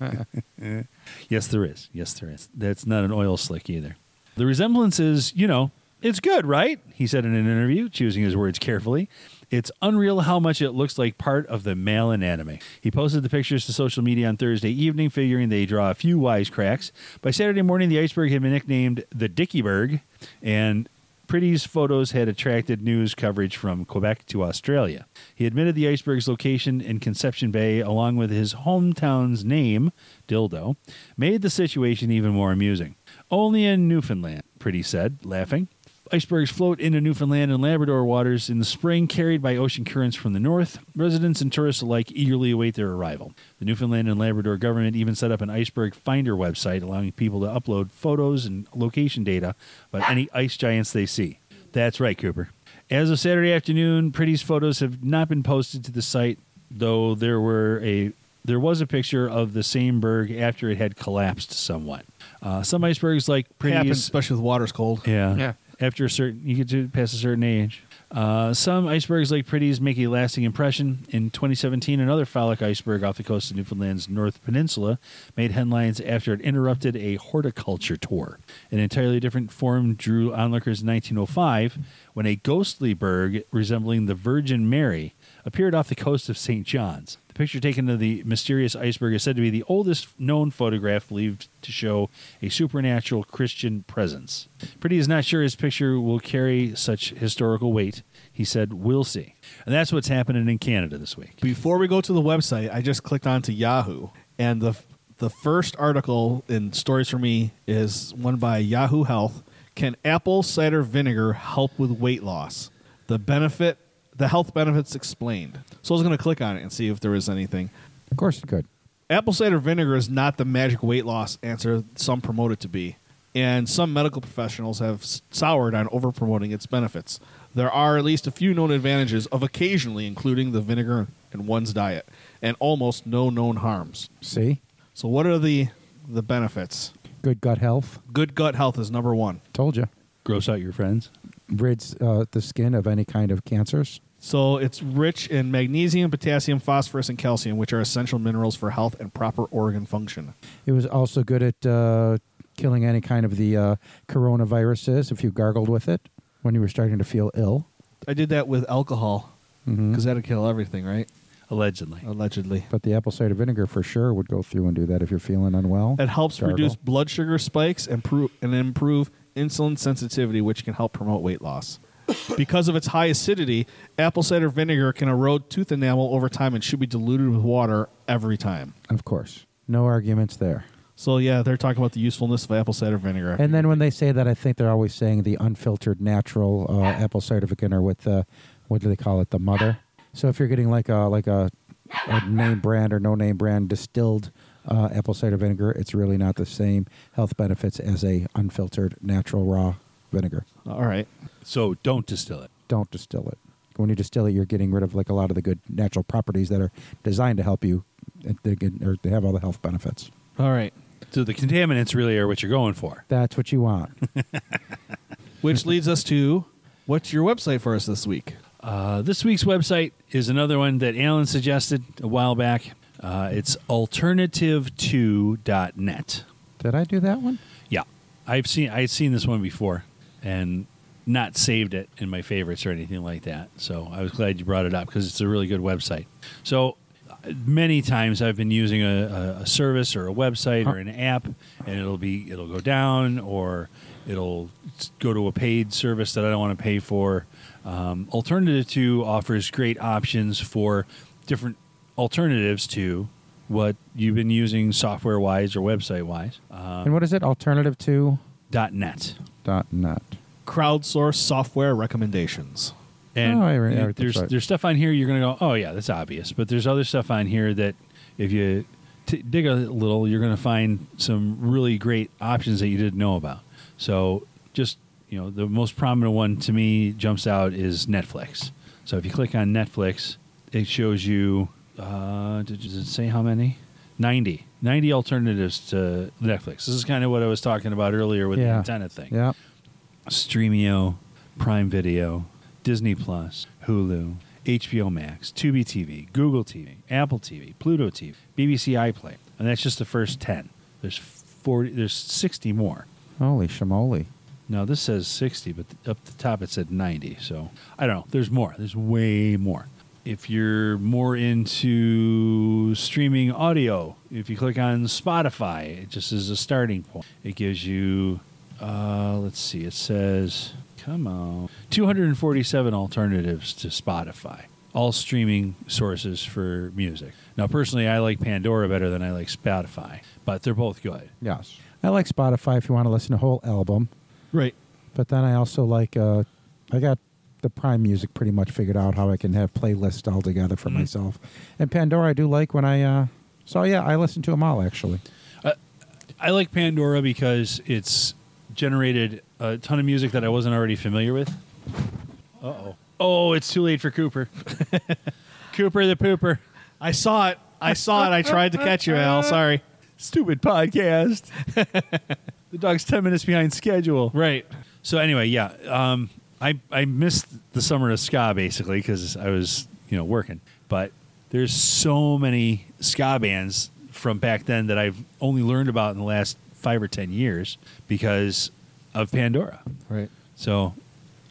D: Yes, there is. Yes, there is. That's not an oil slick either. The resemblance is, you know, it's good, right? He said in an interview, choosing his words carefully. It's unreal how much it looks like part of the male anatomy. He posted the pictures to social media on Thursday evening, figuring they draw a few wisecracks. By Saturday morning, the iceberg had been nicknamed the Dickieberg, and Pretty's photos had attracted news coverage from Quebec to Australia. He admitted the iceberg's location in Conception Bay, along with his hometown's name, Dildo, made the situation even more amusing. Only in Newfoundland, Pretty said, laughing. Icebergs float into Newfoundland and Labrador waters in the spring, carried by ocean currents from the north. Residents and tourists alike eagerly await their arrival. The Newfoundland and Labrador government even set up an iceberg finder website, allowing people to upload photos and location data about any ice giants they see. That's right, Cooper. As of Saturday afternoon, Pretty's photos have not been posted to the site, though there were a there was a picture of the same berg after it had collapsed somewhat. Uh, some icebergs, like Pretty's,
A: Happens, especially if the water's cold.
D: yeah.
E: Yeah.
D: After a certain, you get to pass a certain age. Uh, some icebergs like Pretty's make a lasting impression. In 2017, another phallic iceberg off the coast of Newfoundland's North Peninsula made headlines after it interrupted a horticulture tour. An entirely different form drew onlookers in 1905 when a ghostly berg resembling the Virgin Mary appeared off the coast of St. John's. The picture taken of the mysterious iceberg is said to be the oldest known photograph believed to show a supernatural Christian presence. Pretty is not sure his picture will carry such historical weight. He said, We'll see. And that's what's happening in Canada this week.
A: Before we go to the website, I just clicked onto Yahoo, and the the first article in Stories for Me is one by Yahoo Health. Can apple cider vinegar help with weight loss? The benefit, the health benefits explained. So I was going to click on it and see if there was anything.
B: Of course, it could.
A: apple cider vinegar is not the magic weight loss answer some promote it to be and some medical professionals have s- soured on over promoting its benefits there are at least a few known advantages of occasionally including the vinegar in one's diet and almost no known harms
B: See,
A: so what are the the benefits
B: good gut health.
A: good gut health is number one
B: Told you,
D: Gross out your friends.
B: rids uh, the skin of any kind of cancers.
A: so it's rich in magnesium potassium phosphorus and calcium which are essential minerals for health and proper organ function
B: It was also good at uh, killing any kind of the uh, coronaviruses if you gargled with it when you were starting to feel ill.
A: i did that with alcohol because
B: Mhm.
A: that'd kill everything right
D: Allegedly.
A: allegedly
B: But the apple cider vinegar for sure would go through and do that if you're feeling unwell.
A: It helps
B: Gargle.
A: reduce blood sugar spikes and, pro- and improve insulin sensitivity, which can help promote weight loss. [COUGHS] because of its high acidity, apple cider vinegar can erode tooth enamel over time and should be diluted with water every time.
B: Of course, no arguments there.
A: So yeah, they're talking about the usefulness of apple cider vinegar.
B: And then when they say that, I think they're always saying the unfiltered natural uh, apple cider vinegar with the what do they call it? The mother. So if you're getting like a like a, a name brand or no name brand distilled uh, apple cider vinegar, it's really not the same health benefits as a unfiltered natural raw vinegar.
A: All right.
D: So don't distill it.
B: Don't distill it. When you distill it, you're getting rid of like a lot of the good natural properties that are designed to help you. uh, They get, or they have all the health benefits.
A: All right.
D: So the contaminants really are what you're going for.
B: That's what you [LAUGHS] want.
A: Which leads us to what's your website for us this week?
D: Uh, this week's website is another one that Alan suggested a while back. Uh, it's alternative2.net.
B: Did I do that one?
D: Yeah, I've seen I've seen this one before, and not saved it in my favorites or anything like that. So I was glad you brought it up because it's a really good website. So uh, many times I've been using a, a, a service or a website or an app, and it'll be it'll go down or it'll s- go to a paid service that I don't want to pay for. Um, Alternative Two offers great options for different alternatives to what you've been using software wise or website wise.
B: Uh, and what is it? Alternative to
D: Dot net.
B: dot net.
A: Crowdsource software recommendations.
D: And
B: Oh, I re- I
D: you-
B: read the
D: there's
B: chart.
D: there's stuff on here you're gonna go, oh yeah, that's obvious. But there's other stuff on here that if you t- dig a little, you're gonna find some really great options that you didn't know about. So just you know, the most prominent one to me jumps out is Netflix. So if you click on Netflix, it shows you. Uh, did, does it say how many? 90. 90 alternatives to Netflix. This is kind of what I was talking about earlier with the
B: Yeah.
D: antenna thing.
B: Yeah.
D: Streamio, Prime Video, Disney Plus, Hulu, HBO Max, Tubi TV, Google TV, Apple TV, Pluto TV, BBC iPlayer, and that's just the first ten. There's forty. There's sixty more.
B: Holy shamoli.
D: Now this says sixty, but th- up the top it said ninety. So I don't know. There's more. There's way more. If you're more into streaming audio, if you click on Spotify, it just is a starting point. It gives you uh, let's see. It says, come on, 247 alternatives to Spotify, all streaming sources for music. Now, personally, I like Pandora better than I like Spotify, but they're both good.
B: Yes. I like Spotify if you want to listen to a whole album.
A: Right.
B: But then I also like uh, I got the Prime Music pretty much figured out how I can have playlists all together for myself. And Pandora, I do like when I. Uh, so yeah, I listen to them all actually.
D: I like Pandora because it's generated a ton of music that I wasn't already familiar with. Uh oh. Oh, it's too late for Cooper. [LAUGHS] Cooper the pooper.
A: I saw it. I saw it. I tried to catch you, Al. Sorry.
D: Stupid [LAUGHS] podcast. the dog's 10 minutes behind schedule.
A: Right.
D: So anyway, yeah, um, I I missed the summer of ska basically because I was you know working, but there's so many ska bands from back then that I've only learned about in the last five or ten years because of Pandora.
A: Right.
D: So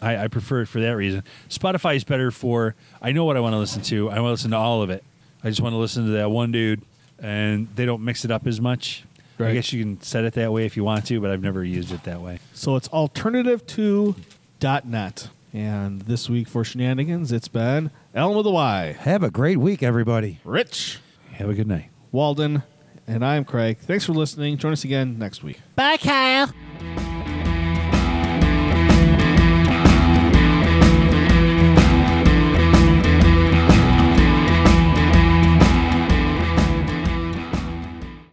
D: I, I prefer it for that reason. Spotify is better for I know what I want to listen to. I want to listen to all of it. I just want to listen to that one dude, and they don't mix it up as much. I
A: Right.
D: guess you can set it that way if you want to, but I've never used it that way.
A: So it's alternative to dot net. And this week for shenanigans, it's been Elm with a Y,
B: Have a great week, everybody.
A: Rich
D: Have a good night.
A: Walden, and I'm Craig. Thanks for listening. Join us again next week.
H: Bye, Kyle.